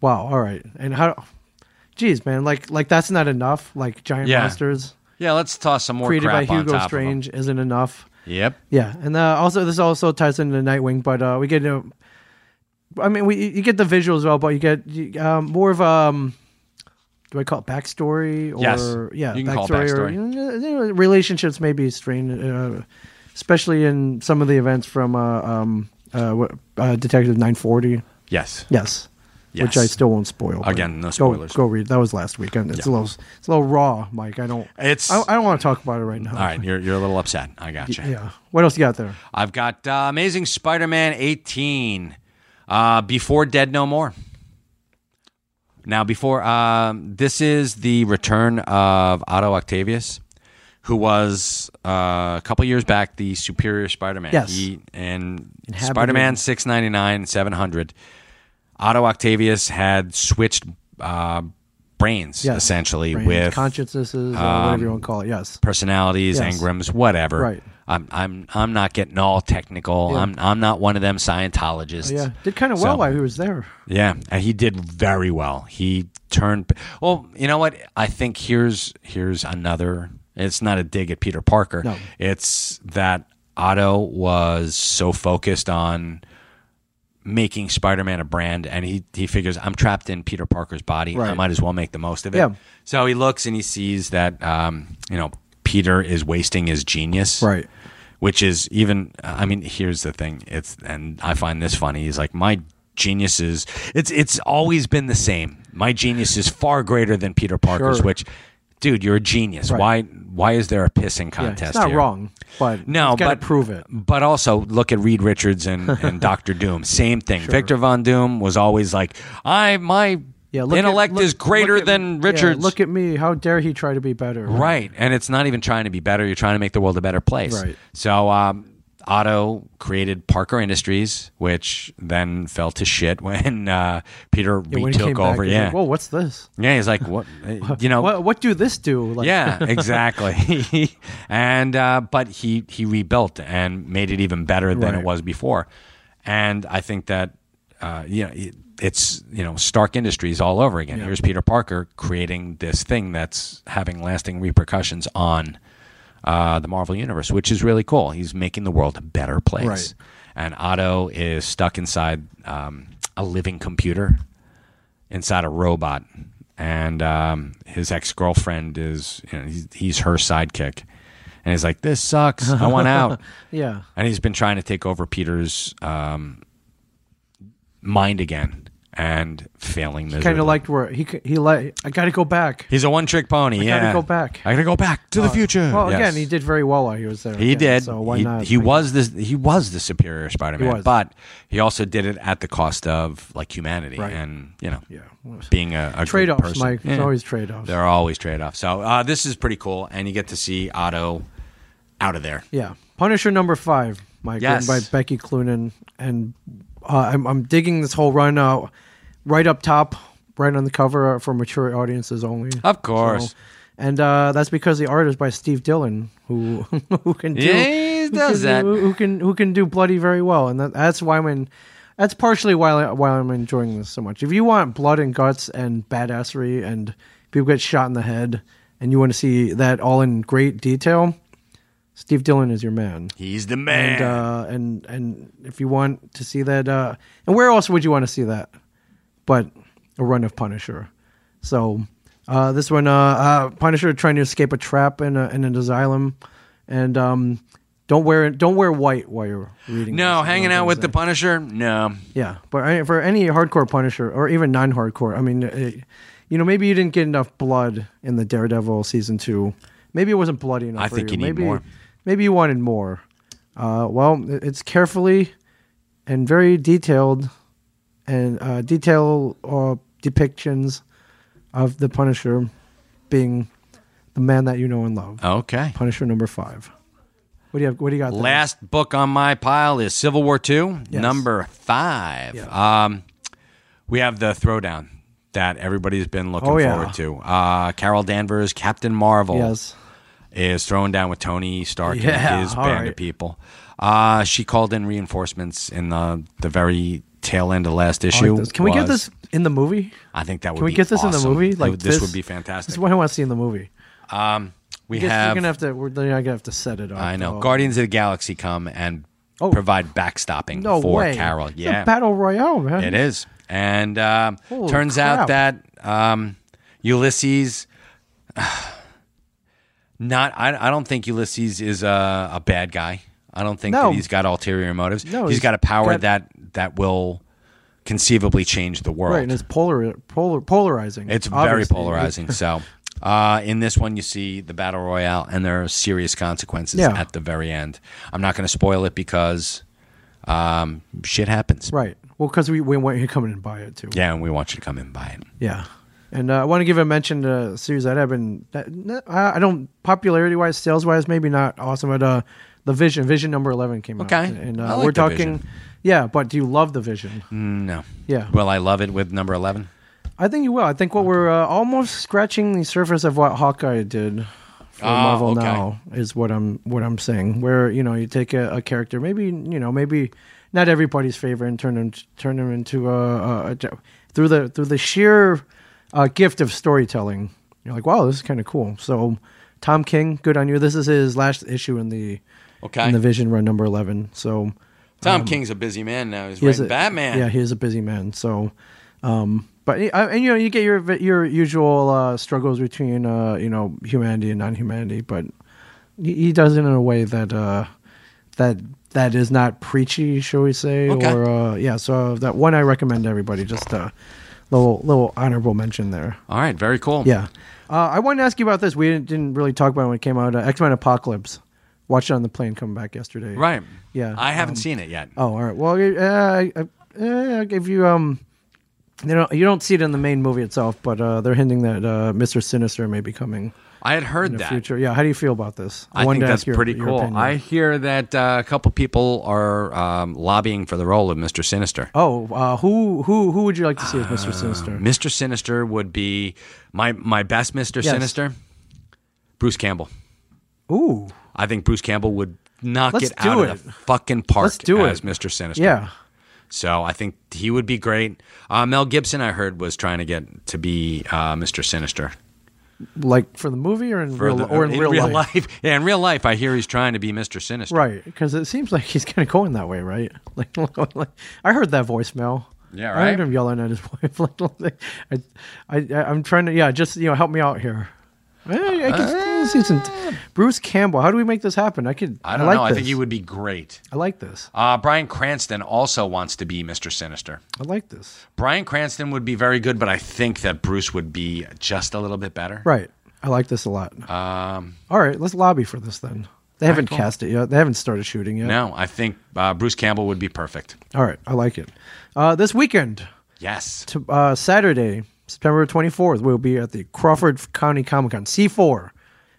[SPEAKER 3] wow. All right. And how? Geez, man. Like like that's not enough. Like giant
[SPEAKER 1] Yeah.
[SPEAKER 3] monsters
[SPEAKER 1] yeah, let's toss some more
[SPEAKER 3] created by
[SPEAKER 1] crap on
[SPEAKER 3] Hugo
[SPEAKER 1] top of 'em.
[SPEAKER 3] Strange isn't enough.
[SPEAKER 1] Yep.
[SPEAKER 3] Yeah, and uh, also this also ties into Nightwing, but uh, we get a. I mean, we you get the visual as well, but you get you, um, more of um. Do I call it backstory or
[SPEAKER 1] Yes.
[SPEAKER 3] yeah,
[SPEAKER 1] You can call it
[SPEAKER 3] or
[SPEAKER 1] backstory.
[SPEAKER 3] you know, you know, relationships may be strained, uh, especially in some of the events from uh, um, uh, what- uh, Detective Nine Forty.
[SPEAKER 1] Yes.
[SPEAKER 3] Yes. Which
[SPEAKER 1] Yes.
[SPEAKER 3] I still won't spoil. but
[SPEAKER 1] Again, no
[SPEAKER 3] go-
[SPEAKER 1] spoilers.
[SPEAKER 3] Go, read. That was last weekend. It's
[SPEAKER 1] Yeah.
[SPEAKER 3] a little, it's a little raw, Mike. I don't.
[SPEAKER 1] It's-
[SPEAKER 3] I, I don't want to talk about it right now.
[SPEAKER 1] All right, you're, you're a little upset. I got you.
[SPEAKER 3] Yeah. What else you got there?
[SPEAKER 1] I've got uh, Amazing Spider-Man 18, uh, Before Dead No More. Now, before um, this is the return of Otto Octavius, who was uh, a couple years back the Superior Spider-Man.
[SPEAKER 3] Yes.
[SPEAKER 1] he, and
[SPEAKER 3] Inhabited-
[SPEAKER 1] Spider-Man 699 and 700. Otto Octavius had switched uh, brains
[SPEAKER 3] Yes.
[SPEAKER 1] essentially
[SPEAKER 3] Brains,
[SPEAKER 1] with um,
[SPEAKER 3] consciousnesses, or whatever you want to call it. Yes.
[SPEAKER 1] personalities,
[SPEAKER 3] Yes.
[SPEAKER 1] engrams, whatever.
[SPEAKER 3] Right.
[SPEAKER 1] I'm I'm I'm not getting all technical.
[SPEAKER 3] Yeah. Oh,
[SPEAKER 1] I'm I'm not one of them Scientologists.
[SPEAKER 3] Yeah. Did kind of well
[SPEAKER 1] So-
[SPEAKER 3] while he was there.
[SPEAKER 1] Yeah, and he did very well. He turned well. You know what? I think here's here's another. It's not a dig at Peter Parker.
[SPEAKER 3] No.
[SPEAKER 1] It's that Otto was so focused on making Spider-Man a brand, and he he figures I'm trapped in Peter Parker's body. I
[SPEAKER 3] Right.
[SPEAKER 1] might as well make the most of it.
[SPEAKER 3] Yeah.
[SPEAKER 1] So he looks and he sees that um, you know Peter is wasting his genius which is even i mean here's the thing it's and i find this funny he's like my genius is it's it's always been the same my genius is far greater than peter parker's
[SPEAKER 3] Sure.
[SPEAKER 1] which dude you're a genius
[SPEAKER 3] Right.
[SPEAKER 1] why why is there a pissing
[SPEAKER 3] Yeah,
[SPEAKER 1] contest
[SPEAKER 3] it's not
[SPEAKER 1] here?
[SPEAKER 3] wrong, but
[SPEAKER 1] no
[SPEAKER 3] it's gotta
[SPEAKER 1] but
[SPEAKER 3] prove it.
[SPEAKER 1] but also look at reed richards and and dr doom same thing victor von doom was always like i my
[SPEAKER 3] Yeah. Look at-
[SPEAKER 1] intellect
[SPEAKER 3] look-
[SPEAKER 1] is greater
[SPEAKER 3] look at-
[SPEAKER 1] than
[SPEAKER 3] yeah,
[SPEAKER 1] richards
[SPEAKER 3] look at me. How dare he try to be better?
[SPEAKER 1] Right. And it's not even trying to be better. You're trying to make the world a better place.
[SPEAKER 3] Right.
[SPEAKER 1] So, um, Otto created Parker Industries, which then fell to shit when uh, Peter
[SPEAKER 3] Yeah, when he
[SPEAKER 1] retook
[SPEAKER 3] came back,
[SPEAKER 1] over.
[SPEAKER 3] he's
[SPEAKER 1] yeah.
[SPEAKER 3] Like, Whoa, what's this?
[SPEAKER 1] yeah. He's like, what? You know,
[SPEAKER 3] What, what do this do? Like,
[SPEAKER 1] yeah, exactly. and uh, but he he rebuilt and made it even better than it
[SPEAKER 3] Right.
[SPEAKER 1] was before. And I think that uh, you know it, it's you know Stark Industries all over again. Here's Peter Parker creating this thing that's having lasting repercussions on uh, the Marvel universe, which is really cool. He's making the world a better place.
[SPEAKER 3] Right.
[SPEAKER 1] And Otto is stuck inside um, a living computer inside a robot, and um, his ex girlfriend is you know, he's, he's her sidekick, and he's like, "This sucks. I want out."
[SPEAKER 3] Yeah.
[SPEAKER 1] and he's been trying to take over Peter's um, mind again and failing miserably.
[SPEAKER 3] Kind of liked where he c- he like. I got to go back.
[SPEAKER 1] he's a one trick pony.
[SPEAKER 3] gotta
[SPEAKER 1] yeah,
[SPEAKER 3] go back. Uh,
[SPEAKER 1] I gotta go back to the future.
[SPEAKER 3] Well,
[SPEAKER 1] Yes.
[SPEAKER 3] again, he did very well while he was there.
[SPEAKER 1] He
[SPEAKER 3] again,
[SPEAKER 1] did.
[SPEAKER 3] So why
[SPEAKER 1] he,
[SPEAKER 3] not?
[SPEAKER 1] He was this. He was the superior
[SPEAKER 3] He
[SPEAKER 1] Spider-Man,
[SPEAKER 3] was.
[SPEAKER 1] but he also did it at the cost of like humanity
[SPEAKER 3] Right.
[SPEAKER 1] and you know
[SPEAKER 3] Yeah.
[SPEAKER 1] being a, a good
[SPEAKER 3] Trade offs,
[SPEAKER 1] person.
[SPEAKER 3] Mike. There's
[SPEAKER 1] Yeah.
[SPEAKER 3] always trade offs.
[SPEAKER 1] There are always trade offs. So uh, this is pretty cool, and you get to see Otto out of there.
[SPEAKER 3] Yeah, Punisher number five, Mike,
[SPEAKER 1] Yes.
[SPEAKER 3] written by Becky Cloonan, and uh, I'm I'm digging this whole run out, right up top, right on the cover uh, for mature audiences only.
[SPEAKER 1] Of course.
[SPEAKER 3] So- and uh, that's because the art is by Steve Dillon, who who can do
[SPEAKER 1] Yeah, he
[SPEAKER 3] who
[SPEAKER 1] does
[SPEAKER 3] can do-
[SPEAKER 1] that.
[SPEAKER 3] who can who can do bloody very well, and that, that's why I'm in. That's partially why I- why I'm enjoying this so much. If you want blood and guts and badassery and people get shot in the head, and you want to see that all in great detail, Steve Dillon is your man.
[SPEAKER 1] He's the man.
[SPEAKER 3] And uh, and and if you want to see that, uh, and where else would you want to see that? But a run of Punisher. So uh, this one, uh, uh, Punisher trying to escape a trap in, a, in an asylum, and um, Don't wear don't wear white while you're reading.
[SPEAKER 1] No,
[SPEAKER 3] this, is
[SPEAKER 1] hanging
[SPEAKER 3] what I'm
[SPEAKER 1] out with the
[SPEAKER 3] saying.
[SPEAKER 1] Punisher? No.
[SPEAKER 3] yeah. But I, for any hardcore Punisher or even non-hardcore, I mean, it, you know, maybe you didn't get enough blood in the Daredevil season two. Maybe it wasn't bloody enough.
[SPEAKER 1] I
[SPEAKER 3] for
[SPEAKER 1] think you need
[SPEAKER 3] maybe,
[SPEAKER 1] more.
[SPEAKER 3] Maybe you wanted more. Uh, well, it- it's carefully and very detailed and uh, detail uh, depictions of the Punisher being the man that you know and love.
[SPEAKER 1] Okay.
[SPEAKER 3] Punisher number five. What do you have? What do you got? there?
[SPEAKER 1] Last book on my pile is Civil War II,
[SPEAKER 3] Yes.
[SPEAKER 1] number five.
[SPEAKER 3] Yeah.
[SPEAKER 1] Um, we have the throwdown that everybody's been looking
[SPEAKER 3] Oh, yeah.
[SPEAKER 1] forward to. Uh, Carol Danvers, Captain Marvel,
[SPEAKER 3] Yes.
[SPEAKER 1] is throwing down with Tony Stark
[SPEAKER 3] Yeah,
[SPEAKER 1] and his
[SPEAKER 3] all
[SPEAKER 1] band
[SPEAKER 3] right.
[SPEAKER 1] of people. Uh, she called in reinforcements in the, the very tail end of last
[SPEAKER 3] I like
[SPEAKER 1] issue.
[SPEAKER 3] this. Can we get
[SPEAKER 1] was-
[SPEAKER 3] this in the movie?
[SPEAKER 1] I think that would
[SPEAKER 3] Can we
[SPEAKER 1] be
[SPEAKER 3] get this in the
[SPEAKER 1] awesome.
[SPEAKER 3] movie?
[SPEAKER 1] It
[SPEAKER 3] Like
[SPEAKER 1] would-
[SPEAKER 3] this,
[SPEAKER 1] this would be
[SPEAKER 3] This
[SPEAKER 1] fantastic.
[SPEAKER 3] is what I want to see in the movie.
[SPEAKER 1] we
[SPEAKER 3] I guess
[SPEAKER 1] have
[SPEAKER 3] we're gonna have to. We're, they're not gonna have to set it up.
[SPEAKER 1] I know.
[SPEAKER 3] though.
[SPEAKER 1] Guardians of the Galaxy come and
[SPEAKER 3] Oh.
[SPEAKER 1] provide backstopping
[SPEAKER 3] No
[SPEAKER 1] for
[SPEAKER 3] way.
[SPEAKER 1] Carol.
[SPEAKER 3] It's a
[SPEAKER 1] Yeah,
[SPEAKER 3] battle royale, man.
[SPEAKER 1] it is. And um,
[SPEAKER 3] Holy
[SPEAKER 1] turns out that um, Ulysses. Not, I, I don't think Ulysses is a, a bad guy. I don't think
[SPEAKER 3] No.
[SPEAKER 1] that he's got ulterior motives.
[SPEAKER 3] No,
[SPEAKER 1] he's
[SPEAKER 3] he's
[SPEAKER 1] got a power
[SPEAKER 3] got-
[SPEAKER 1] that that will conceivably change the world.
[SPEAKER 3] Right, and it's polar, polar, polarizing.
[SPEAKER 1] It's very
[SPEAKER 3] obviously.
[SPEAKER 1] polarizing. so, uh, in this one, you see the battle royale, and there are serious consequences
[SPEAKER 3] Yeah.
[SPEAKER 1] at the very end. I'm not going to spoil it because um, shit happens.
[SPEAKER 3] Right. Well, because we, we want you to come in and buy it too.
[SPEAKER 1] Yeah, and we want you to come in and buy it.
[SPEAKER 3] Yeah. And uh, I want to give a mention to a series that I've been, that, n- I I don't, popularity wise, sales wise, maybe not awesome, but uh, The Vision, Vision number 11 came out.
[SPEAKER 1] Okay.
[SPEAKER 3] And uh,
[SPEAKER 1] I like
[SPEAKER 3] we're
[SPEAKER 1] The
[SPEAKER 3] talking,
[SPEAKER 1] Vision.
[SPEAKER 3] yeah, but do you love The Vision?
[SPEAKER 1] No.
[SPEAKER 3] Yeah.
[SPEAKER 1] Will I love it with number 11?
[SPEAKER 3] I think you will. I think what we're uh, almost scratching the surface of what Hawkeye did for
[SPEAKER 1] Ah,
[SPEAKER 3] Marvel
[SPEAKER 1] okay.
[SPEAKER 3] now is what I'm what I'm saying. Where you know you take a, a character, maybe you know maybe not everybody's favorite, and turn them turn them into a, a, a jo- through the through the sheer uh, gift of storytelling. You're like, wow, this is kind of cool. So, Tom King, good on you. This is his last issue in the
[SPEAKER 1] Okay.
[SPEAKER 3] in the Vision run number eleven. So
[SPEAKER 1] Tom King's a busy man now. He's
[SPEAKER 3] Um, he is
[SPEAKER 1] writing
[SPEAKER 3] a-
[SPEAKER 1] Batman.
[SPEAKER 3] Yeah, he is a busy man. So, um, but uh, and you know you get your your usual uh, struggles between uh, you know humanity and non-humanity, but he, he does it in a way that uh, that that is not preachy, shall we say?
[SPEAKER 1] Okay.
[SPEAKER 3] Or uh, yeah, so that one I recommend to everybody. Just a little little honorable mention there.
[SPEAKER 1] All right. Very cool.
[SPEAKER 3] Yeah, uh, I wanted to ask you about this. We didn't, didn't really talk about it when it came out. Uh, X Men Apocalypse. Watched it on the plane coming back yesterday.
[SPEAKER 1] Right.
[SPEAKER 3] Yeah,
[SPEAKER 1] I haven't seen it yet.
[SPEAKER 3] Oh, all right. Well, uh, uh, uh, if you um, you know, you don't see it in the main movie itself, but uh, they're hinting that uh, Mister Sinister may be coming
[SPEAKER 1] I had heard
[SPEAKER 3] in the
[SPEAKER 1] that.
[SPEAKER 3] future. Yeah. How do you feel about this?
[SPEAKER 1] I
[SPEAKER 3] wanted
[SPEAKER 1] think
[SPEAKER 3] to
[SPEAKER 1] that's
[SPEAKER 3] ask your-
[SPEAKER 1] pretty
[SPEAKER 3] your
[SPEAKER 1] cool.
[SPEAKER 3] opinion.
[SPEAKER 1] I hear that uh, a couple people are um, lobbying for the role of Mr. Sinister.
[SPEAKER 3] Oh, uh, who who who would you like to see as
[SPEAKER 1] Uh,
[SPEAKER 3] Mister Sinister?
[SPEAKER 1] Mr. Sinister would be my my best Mr.
[SPEAKER 3] Yes.
[SPEAKER 1] Sinister. Bruce Campbell.
[SPEAKER 3] Ooh,
[SPEAKER 1] I think Bruce Campbell would knock
[SPEAKER 3] Let's
[SPEAKER 1] it out
[SPEAKER 3] do
[SPEAKER 1] of the
[SPEAKER 3] it.
[SPEAKER 1] fucking park
[SPEAKER 3] Let's do
[SPEAKER 1] as
[SPEAKER 3] it.
[SPEAKER 1] Mr. Sinister.
[SPEAKER 3] yeah.
[SPEAKER 1] So I think he would be great. Uh, Mel Gibson, I heard, was trying to get to be uh, Mr. Sinister.
[SPEAKER 3] Like for the movie or in
[SPEAKER 1] For
[SPEAKER 3] real
[SPEAKER 1] the-
[SPEAKER 3] or in, real, life?
[SPEAKER 1] Yeah, in real life, I hear he's trying to be Mr. Sinister.
[SPEAKER 3] Right, because it seems like he's kind of going that way, right? Like, like, I heard that voicemail.
[SPEAKER 1] Yeah,
[SPEAKER 3] I heard
[SPEAKER 1] right?
[SPEAKER 3] him yelling at his wife. Like, like, I, I, I'm trying to, yeah, just you know, help me out here. Eh, I, could see some Bruce Campbell. How do we make this happen? I could.
[SPEAKER 1] Uh, I don't
[SPEAKER 3] like
[SPEAKER 1] know. I
[SPEAKER 3] This.
[SPEAKER 1] think he would be great.
[SPEAKER 3] I like this.
[SPEAKER 1] Uh, Brian Cranston also wants to be Mr. Sinister.
[SPEAKER 3] I like this.
[SPEAKER 1] Brian Cranston would be very good, but I think that Bruce would be just a little bit better.
[SPEAKER 3] Right. I like this a lot. Um. All right, let's lobby for this then. They haven't
[SPEAKER 1] cool.
[SPEAKER 3] cast it yet. They haven't started shooting yet.
[SPEAKER 1] No, I think uh, Bruce Campbell would be perfect.
[SPEAKER 3] All right, I like it. Uh, this weekend,
[SPEAKER 1] Yes.
[SPEAKER 3] to, uh, Saturday, September 24th, we'll be at the Crawford County Comic Con, C4.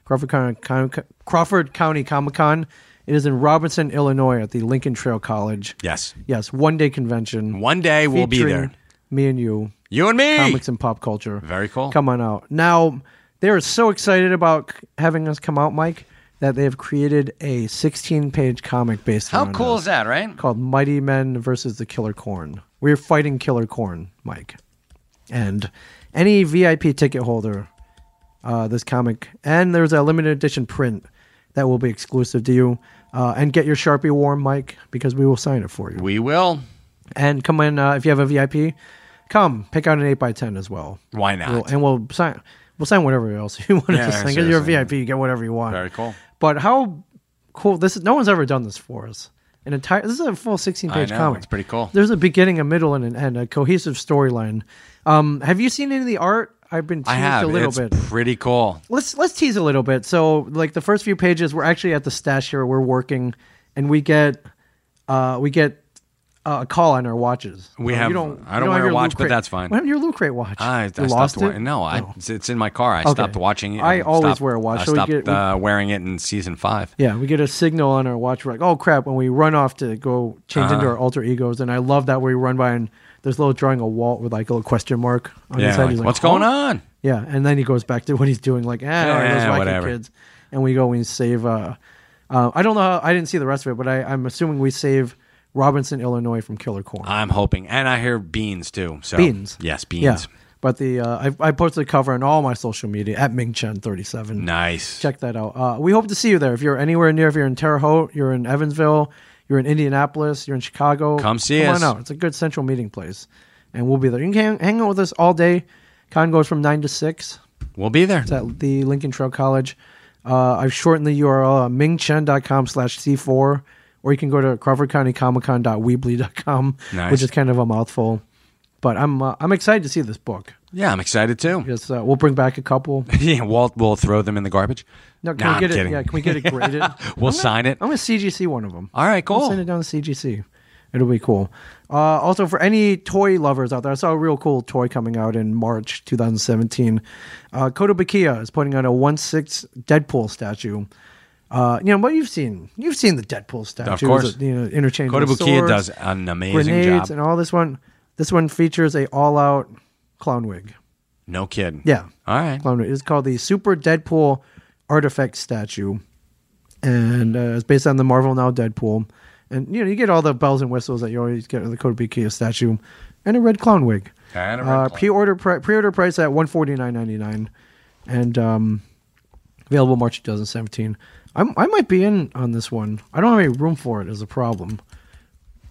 [SPEAKER 3] Crawford County, Com- Crawford County Comic Con. It is in Robinson, Illinois at the Lincoln Trail College.
[SPEAKER 1] Yes.
[SPEAKER 3] Yes, one day convention.
[SPEAKER 1] One day we'll be
[SPEAKER 3] Featuring
[SPEAKER 1] there.
[SPEAKER 3] Me and you,
[SPEAKER 1] You and me.
[SPEAKER 3] comics and pop culture.
[SPEAKER 1] Very cool.
[SPEAKER 3] Come on out. Now, they are so excited about c- having us come out, Mike, that they have created a 16 page comic based uh,
[SPEAKER 1] How
[SPEAKER 3] around
[SPEAKER 1] cool
[SPEAKER 3] us
[SPEAKER 1] is that, right?
[SPEAKER 3] called Mighty Men versus the Killer Corn. We're fighting Killer Corn, Mike. And any VIP ticket holder, uh, this comic, and there's a limited edition print that will be exclusive to you. Uh, and get your Sharpie warm, Mike, because we will sign it for you.
[SPEAKER 1] We will.
[SPEAKER 3] And come in uh, if you have a VIP. Come pick out an eight x ten as well.
[SPEAKER 1] Why not?
[SPEAKER 3] We'll- and we'll sign. We'll sign whatever else you want
[SPEAKER 1] Yeah,
[SPEAKER 3] to sign. 'Cause You're a
[SPEAKER 1] seriously.
[SPEAKER 3] VIP, you get whatever you want.
[SPEAKER 1] Very cool.
[SPEAKER 3] But how cool. This is no one's ever done this for us. An entire this is a full sixteen page
[SPEAKER 1] I know,
[SPEAKER 3] comic.
[SPEAKER 1] it's pretty cool.
[SPEAKER 3] There's a beginning, a middle, and an end, a cohesive storyline. Um, have you seen any of the art? I've been teased
[SPEAKER 1] I have.
[SPEAKER 3] a little
[SPEAKER 1] it's
[SPEAKER 3] bit.
[SPEAKER 1] pretty cool.
[SPEAKER 3] let's let's tease a little bit. So like the first few pages, we're actually at the stash here. We're working, and we get uh we get uh, a call on our watches.
[SPEAKER 1] We
[SPEAKER 3] Uh,
[SPEAKER 1] have-
[SPEAKER 3] you don't,
[SPEAKER 1] I don't
[SPEAKER 3] you
[SPEAKER 1] wear
[SPEAKER 3] have
[SPEAKER 1] a
[SPEAKER 3] your
[SPEAKER 1] watch,
[SPEAKER 3] loot
[SPEAKER 1] but
[SPEAKER 3] crate.
[SPEAKER 1] that's fine.
[SPEAKER 3] What happened to your loot crate watch?
[SPEAKER 1] I, I
[SPEAKER 3] You
[SPEAKER 1] stopped
[SPEAKER 3] lost
[SPEAKER 1] wearing.
[SPEAKER 3] it.
[SPEAKER 1] No, I,
[SPEAKER 3] Oh.
[SPEAKER 1] it's, it's in my car. I stopped watching it.
[SPEAKER 3] I always
[SPEAKER 1] stopped-
[SPEAKER 3] wear a watch,
[SPEAKER 1] I
[SPEAKER 3] so we
[SPEAKER 1] stopped
[SPEAKER 3] get- we-
[SPEAKER 1] uh, wearing it in season five.
[SPEAKER 3] Yeah, we get a signal on our watch. We're like, oh crap! When we run off to go change
[SPEAKER 1] Uh-huh.
[SPEAKER 3] into our alter egos, and I love that where we run by and there's a little drawing a wall with like a little question mark on
[SPEAKER 1] Yeah,
[SPEAKER 3] his head.
[SPEAKER 1] like,
[SPEAKER 3] He's like,
[SPEAKER 1] what's
[SPEAKER 3] "Huh?"
[SPEAKER 1] going on?
[SPEAKER 3] Yeah, and then he goes back to what he's doing, like, ah,
[SPEAKER 1] Yeah,
[SPEAKER 3] those wacky
[SPEAKER 1] whatever.
[SPEAKER 3] kids. And we go and we save. Uh, uh, I don't know. How, I didn't see the rest of it, but I, I'm assuming we save Robinson, Illinois, from Killer Corn.
[SPEAKER 1] I'm hoping, and I hear beans too. So
[SPEAKER 3] Beans.
[SPEAKER 1] yes, beans.
[SPEAKER 3] yeah, but the uh, I, I posted the cover on all my social media at MingChen37.
[SPEAKER 1] Nice.
[SPEAKER 3] Check that out. Uh, we hope to see you there. If you're anywhere near, if you're in Terre Haute, you're in Evansville, you're in Indianapolis, you're in Chicago,
[SPEAKER 1] Come see us.
[SPEAKER 3] on out. It's a good central meeting place, and we'll be there. You can hang, hang out with us all day. Con goes from nine to six.
[SPEAKER 1] We'll be there.
[SPEAKER 3] It's at the Lincoln Trail College. Uh, I've shortened the URL uh, mingchen.com slash C4, or you can go to Crawford County Comic Con.weebly.com,
[SPEAKER 1] Nice.
[SPEAKER 3] which is kind of a mouthful. But I'm uh, I'm excited to see this book
[SPEAKER 1] Yeah, I'm excited too.
[SPEAKER 3] because uh, we'll bring back a couple.
[SPEAKER 1] Yeah, Walt will throw them in the garbage.
[SPEAKER 3] No, can
[SPEAKER 1] Nah,
[SPEAKER 3] we
[SPEAKER 1] I'm
[SPEAKER 3] get it?
[SPEAKER 1] kidding.
[SPEAKER 3] Yeah, can we get it graded? I'm
[SPEAKER 1] We'll sign it.
[SPEAKER 3] gonna CGC one of them.
[SPEAKER 1] All right,
[SPEAKER 3] I'll Send
[SPEAKER 1] cool.
[SPEAKER 3] it down to CGC. It'll be cool. Uh, also, for any toy lovers out there, I saw a real cool toy coming out in March 2017. Uh, Kotobukiya is putting out a 1 6 Deadpool statue. Uh, you know what you've seen? You've seen the Deadpool statue.
[SPEAKER 1] course.
[SPEAKER 3] You know, interchangeable
[SPEAKER 1] Kotobukiya
[SPEAKER 3] swords,
[SPEAKER 1] does an amazing job.
[SPEAKER 3] grenades, and all this one. This one features a all out clown wig.
[SPEAKER 1] No kidding.
[SPEAKER 3] Yeah.
[SPEAKER 1] All right.
[SPEAKER 3] Clone It is called the Super Deadpool Artifact Statue, and uh, it's based on the Marvel Now Deadpool. And you know you get all the bells and whistles that you always get with the Kotobukiya statue, and a red clown wig.
[SPEAKER 1] And a red
[SPEAKER 3] uh,
[SPEAKER 1] clown.
[SPEAKER 3] pre-order pri- pre-order price at one forty nine ninety nine, and um, available March two thousand seventeen. I I might be in on this one. I don't have any room for it is a problem,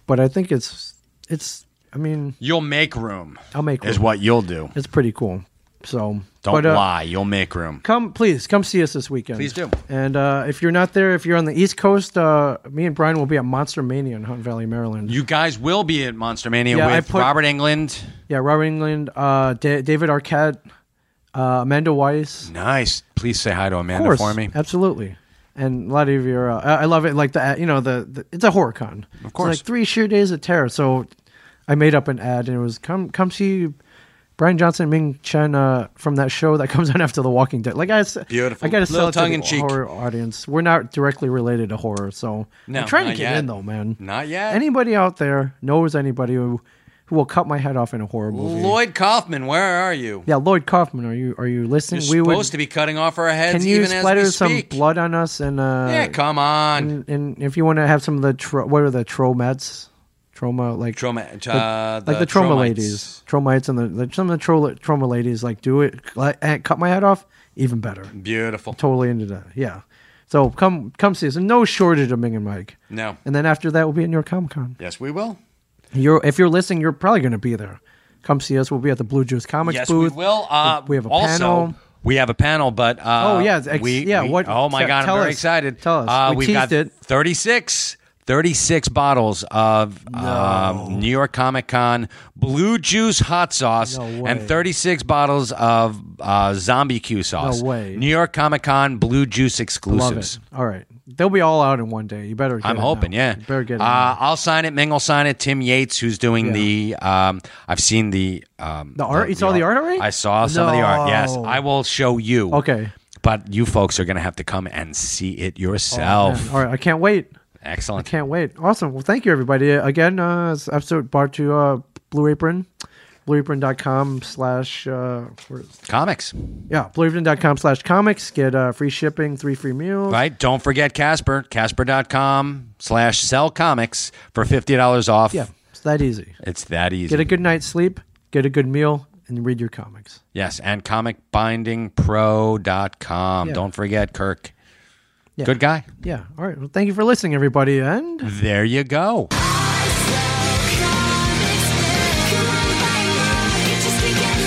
[SPEAKER 3] but I think it's it's. I mean,
[SPEAKER 1] You'll make room.
[SPEAKER 3] I'll make
[SPEAKER 1] Is
[SPEAKER 3] room.
[SPEAKER 1] what you'll do.
[SPEAKER 3] it's pretty cool. So
[SPEAKER 1] Don't
[SPEAKER 3] but, uh,
[SPEAKER 1] lie. You'll make room.
[SPEAKER 3] come please come see us this weekend
[SPEAKER 1] Please do.
[SPEAKER 3] and uh, if you're not there if you're on the east coast uh, me and brian will be at monster mania in hunt valley maryland
[SPEAKER 1] You guys will be at Monster Mania
[SPEAKER 3] Yeah, I
[SPEAKER 1] with
[SPEAKER 3] put-
[SPEAKER 1] Robert England.
[SPEAKER 3] yeah robert england uh, da- david arquette uh, amanda weiss
[SPEAKER 1] Nice. Please say hi to
[SPEAKER 3] of
[SPEAKER 1] Amanda
[SPEAKER 3] course
[SPEAKER 1] for me.
[SPEAKER 3] absolutely and a lot of your uh, I I love it like the you know the, the it's a horror con of
[SPEAKER 1] course.
[SPEAKER 3] like three sheer days of terror so i made up an ad and it was come come see Brian Johnson, and Ming Chen uh, from that show that comes on after The Walking Dead. Like I, s-
[SPEAKER 1] Beautiful.
[SPEAKER 3] I got to
[SPEAKER 1] Little
[SPEAKER 3] sell it to
[SPEAKER 1] tongue
[SPEAKER 3] the
[SPEAKER 1] in cheek.
[SPEAKER 3] horror audience. We're not directly related to horror, so
[SPEAKER 1] No,
[SPEAKER 3] I'm trying to
[SPEAKER 1] not
[SPEAKER 3] get
[SPEAKER 1] yet.
[SPEAKER 3] in though, man.
[SPEAKER 1] Not yet.
[SPEAKER 3] Anybody out there knows anybody who, who will cut my head off in a horror movie?
[SPEAKER 1] Lloyd Kaufman, where are you?
[SPEAKER 3] yeah, Lloyd Kaufman, are you are you listening?
[SPEAKER 1] You're supposed to be cutting off our heads
[SPEAKER 3] Can you
[SPEAKER 1] even
[SPEAKER 3] splatter
[SPEAKER 1] as we
[SPEAKER 3] some
[SPEAKER 1] speak.
[SPEAKER 3] blood on us and uh, Mm.
[SPEAKER 1] yeah, come on.
[SPEAKER 3] and, and if you want to have some of the tro- what are the tromets, trauma like
[SPEAKER 1] Trauma, uh,
[SPEAKER 3] like, like the trauma
[SPEAKER 1] Tromites.
[SPEAKER 3] ladies, traumites, and the like, some of the tro- trauma ladies like do it like, and cut my head off, even better.
[SPEAKER 1] Beautiful.
[SPEAKER 3] Totally into that, yeah. So come come see us. And no shortage of Ming and Mike.
[SPEAKER 1] No.
[SPEAKER 3] And then after that, we'll be in your Comic Con.
[SPEAKER 1] Yes, we will.
[SPEAKER 3] You're if you're listening, you're probably going to be there. Come see us. We'll be at the Blue Juice Comics
[SPEAKER 1] yes,
[SPEAKER 3] booth.
[SPEAKER 1] we will. Uh,
[SPEAKER 3] we have a
[SPEAKER 1] also,
[SPEAKER 3] panel.
[SPEAKER 1] We have a panel, but uh,
[SPEAKER 3] Oh, yeah, it's ex-
[SPEAKER 1] we,
[SPEAKER 3] yeah,
[SPEAKER 1] we-
[SPEAKER 3] what-
[SPEAKER 1] Oh my
[SPEAKER 3] te-
[SPEAKER 1] god,
[SPEAKER 3] tell
[SPEAKER 1] I'm very
[SPEAKER 3] us.
[SPEAKER 1] excited.
[SPEAKER 3] Tell us.
[SPEAKER 1] Uh,
[SPEAKER 3] We
[SPEAKER 1] we've got
[SPEAKER 3] teased it.
[SPEAKER 1] 36, 36 bottles of um, New York Comic Con blue juice hot sauce
[SPEAKER 3] No way.
[SPEAKER 1] and 36 bottles of uh, zombie Q sauce.
[SPEAKER 3] way.
[SPEAKER 1] New York Comic Con blue juice
[SPEAKER 3] Love
[SPEAKER 1] exclusives.
[SPEAKER 3] it. All right, they'll be all out in one day. You better. Get
[SPEAKER 1] I'm
[SPEAKER 3] it
[SPEAKER 1] hoping,
[SPEAKER 3] now.
[SPEAKER 1] yeah.
[SPEAKER 3] You better get it.
[SPEAKER 1] uh,
[SPEAKER 3] now.
[SPEAKER 1] I'll sign it. Ming will sign it. Tim Yates, who's doing the. Um, I've seen the. Um,
[SPEAKER 3] The art? You saw the art already?
[SPEAKER 1] I saw some of the art. Yes,
[SPEAKER 3] No.
[SPEAKER 1] I will show you.
[SPEAKER 3] Okay.
[SPEAKER 1] But you folks are going to have to come and see it
[SPEAKER 3] Oh, Man,
[SPEAKER 1] yourself.
[SPEAKER 3] all right, I can't wait.
[SPEAKER 1] Excellent.
[SPEAKER 3] Can't wait. Awesome. Well, thank you, everybody. Again, uh, it's episode brought to you, uh, Blue Apron, blueapron.com slash, uh, where is-
[SPEAKER 1] Comics,
[SPEAKER 3] yeah, blueapron.com slash comics. Get uh, free shipping, three free meals.
[SPEAKER 1] right? Don't forget Casper. Casper.com slash sell comics for $50 off.
[SPEAKER 3] Yeah, it's that easy.
[SPEAKER 1] It's that easy.
[SPEAKER 3] Get a good night's sleep, get a good meal, and read your comics.
[SPEAKER 1] yes. And comicbindingpro.com.
[SPEAKER 3] Yeah.
[SPEAKER 1] Don't forget Kirk.
[SPEAKER 3] Yeah.
[SPEAKER 1] Good guy.
[SPEAKER 3] Yeah. All right. Well, thank you for listening, everybody. And.
[SPEAKER 1] There you go.
[SPEAKER 2] Come on,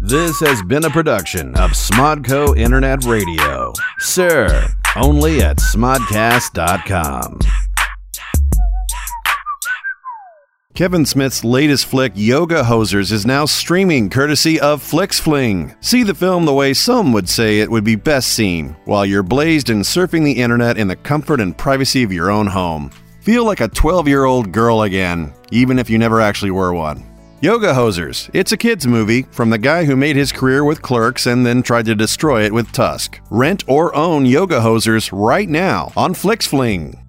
[SPEAKER 4] This has been a production of Smodco Internet Radio. Sir, only at smodcast.com. Kevin Smith's latest flick, Yoga Hosers, is now streaming courtesy of FlixFling. See the film the way some would say it would be best seen, while you're blazed and surfing the internet in the comfort and privacy of your own home. Feel like a 12 year old girl again, even if you never actually were one. Yoga Hosers. It's a kids' movie from the guy who made his career with Clerks and then tried to destroy it with Tusk. Rent or own Yoga Hosers right now on FlixFling.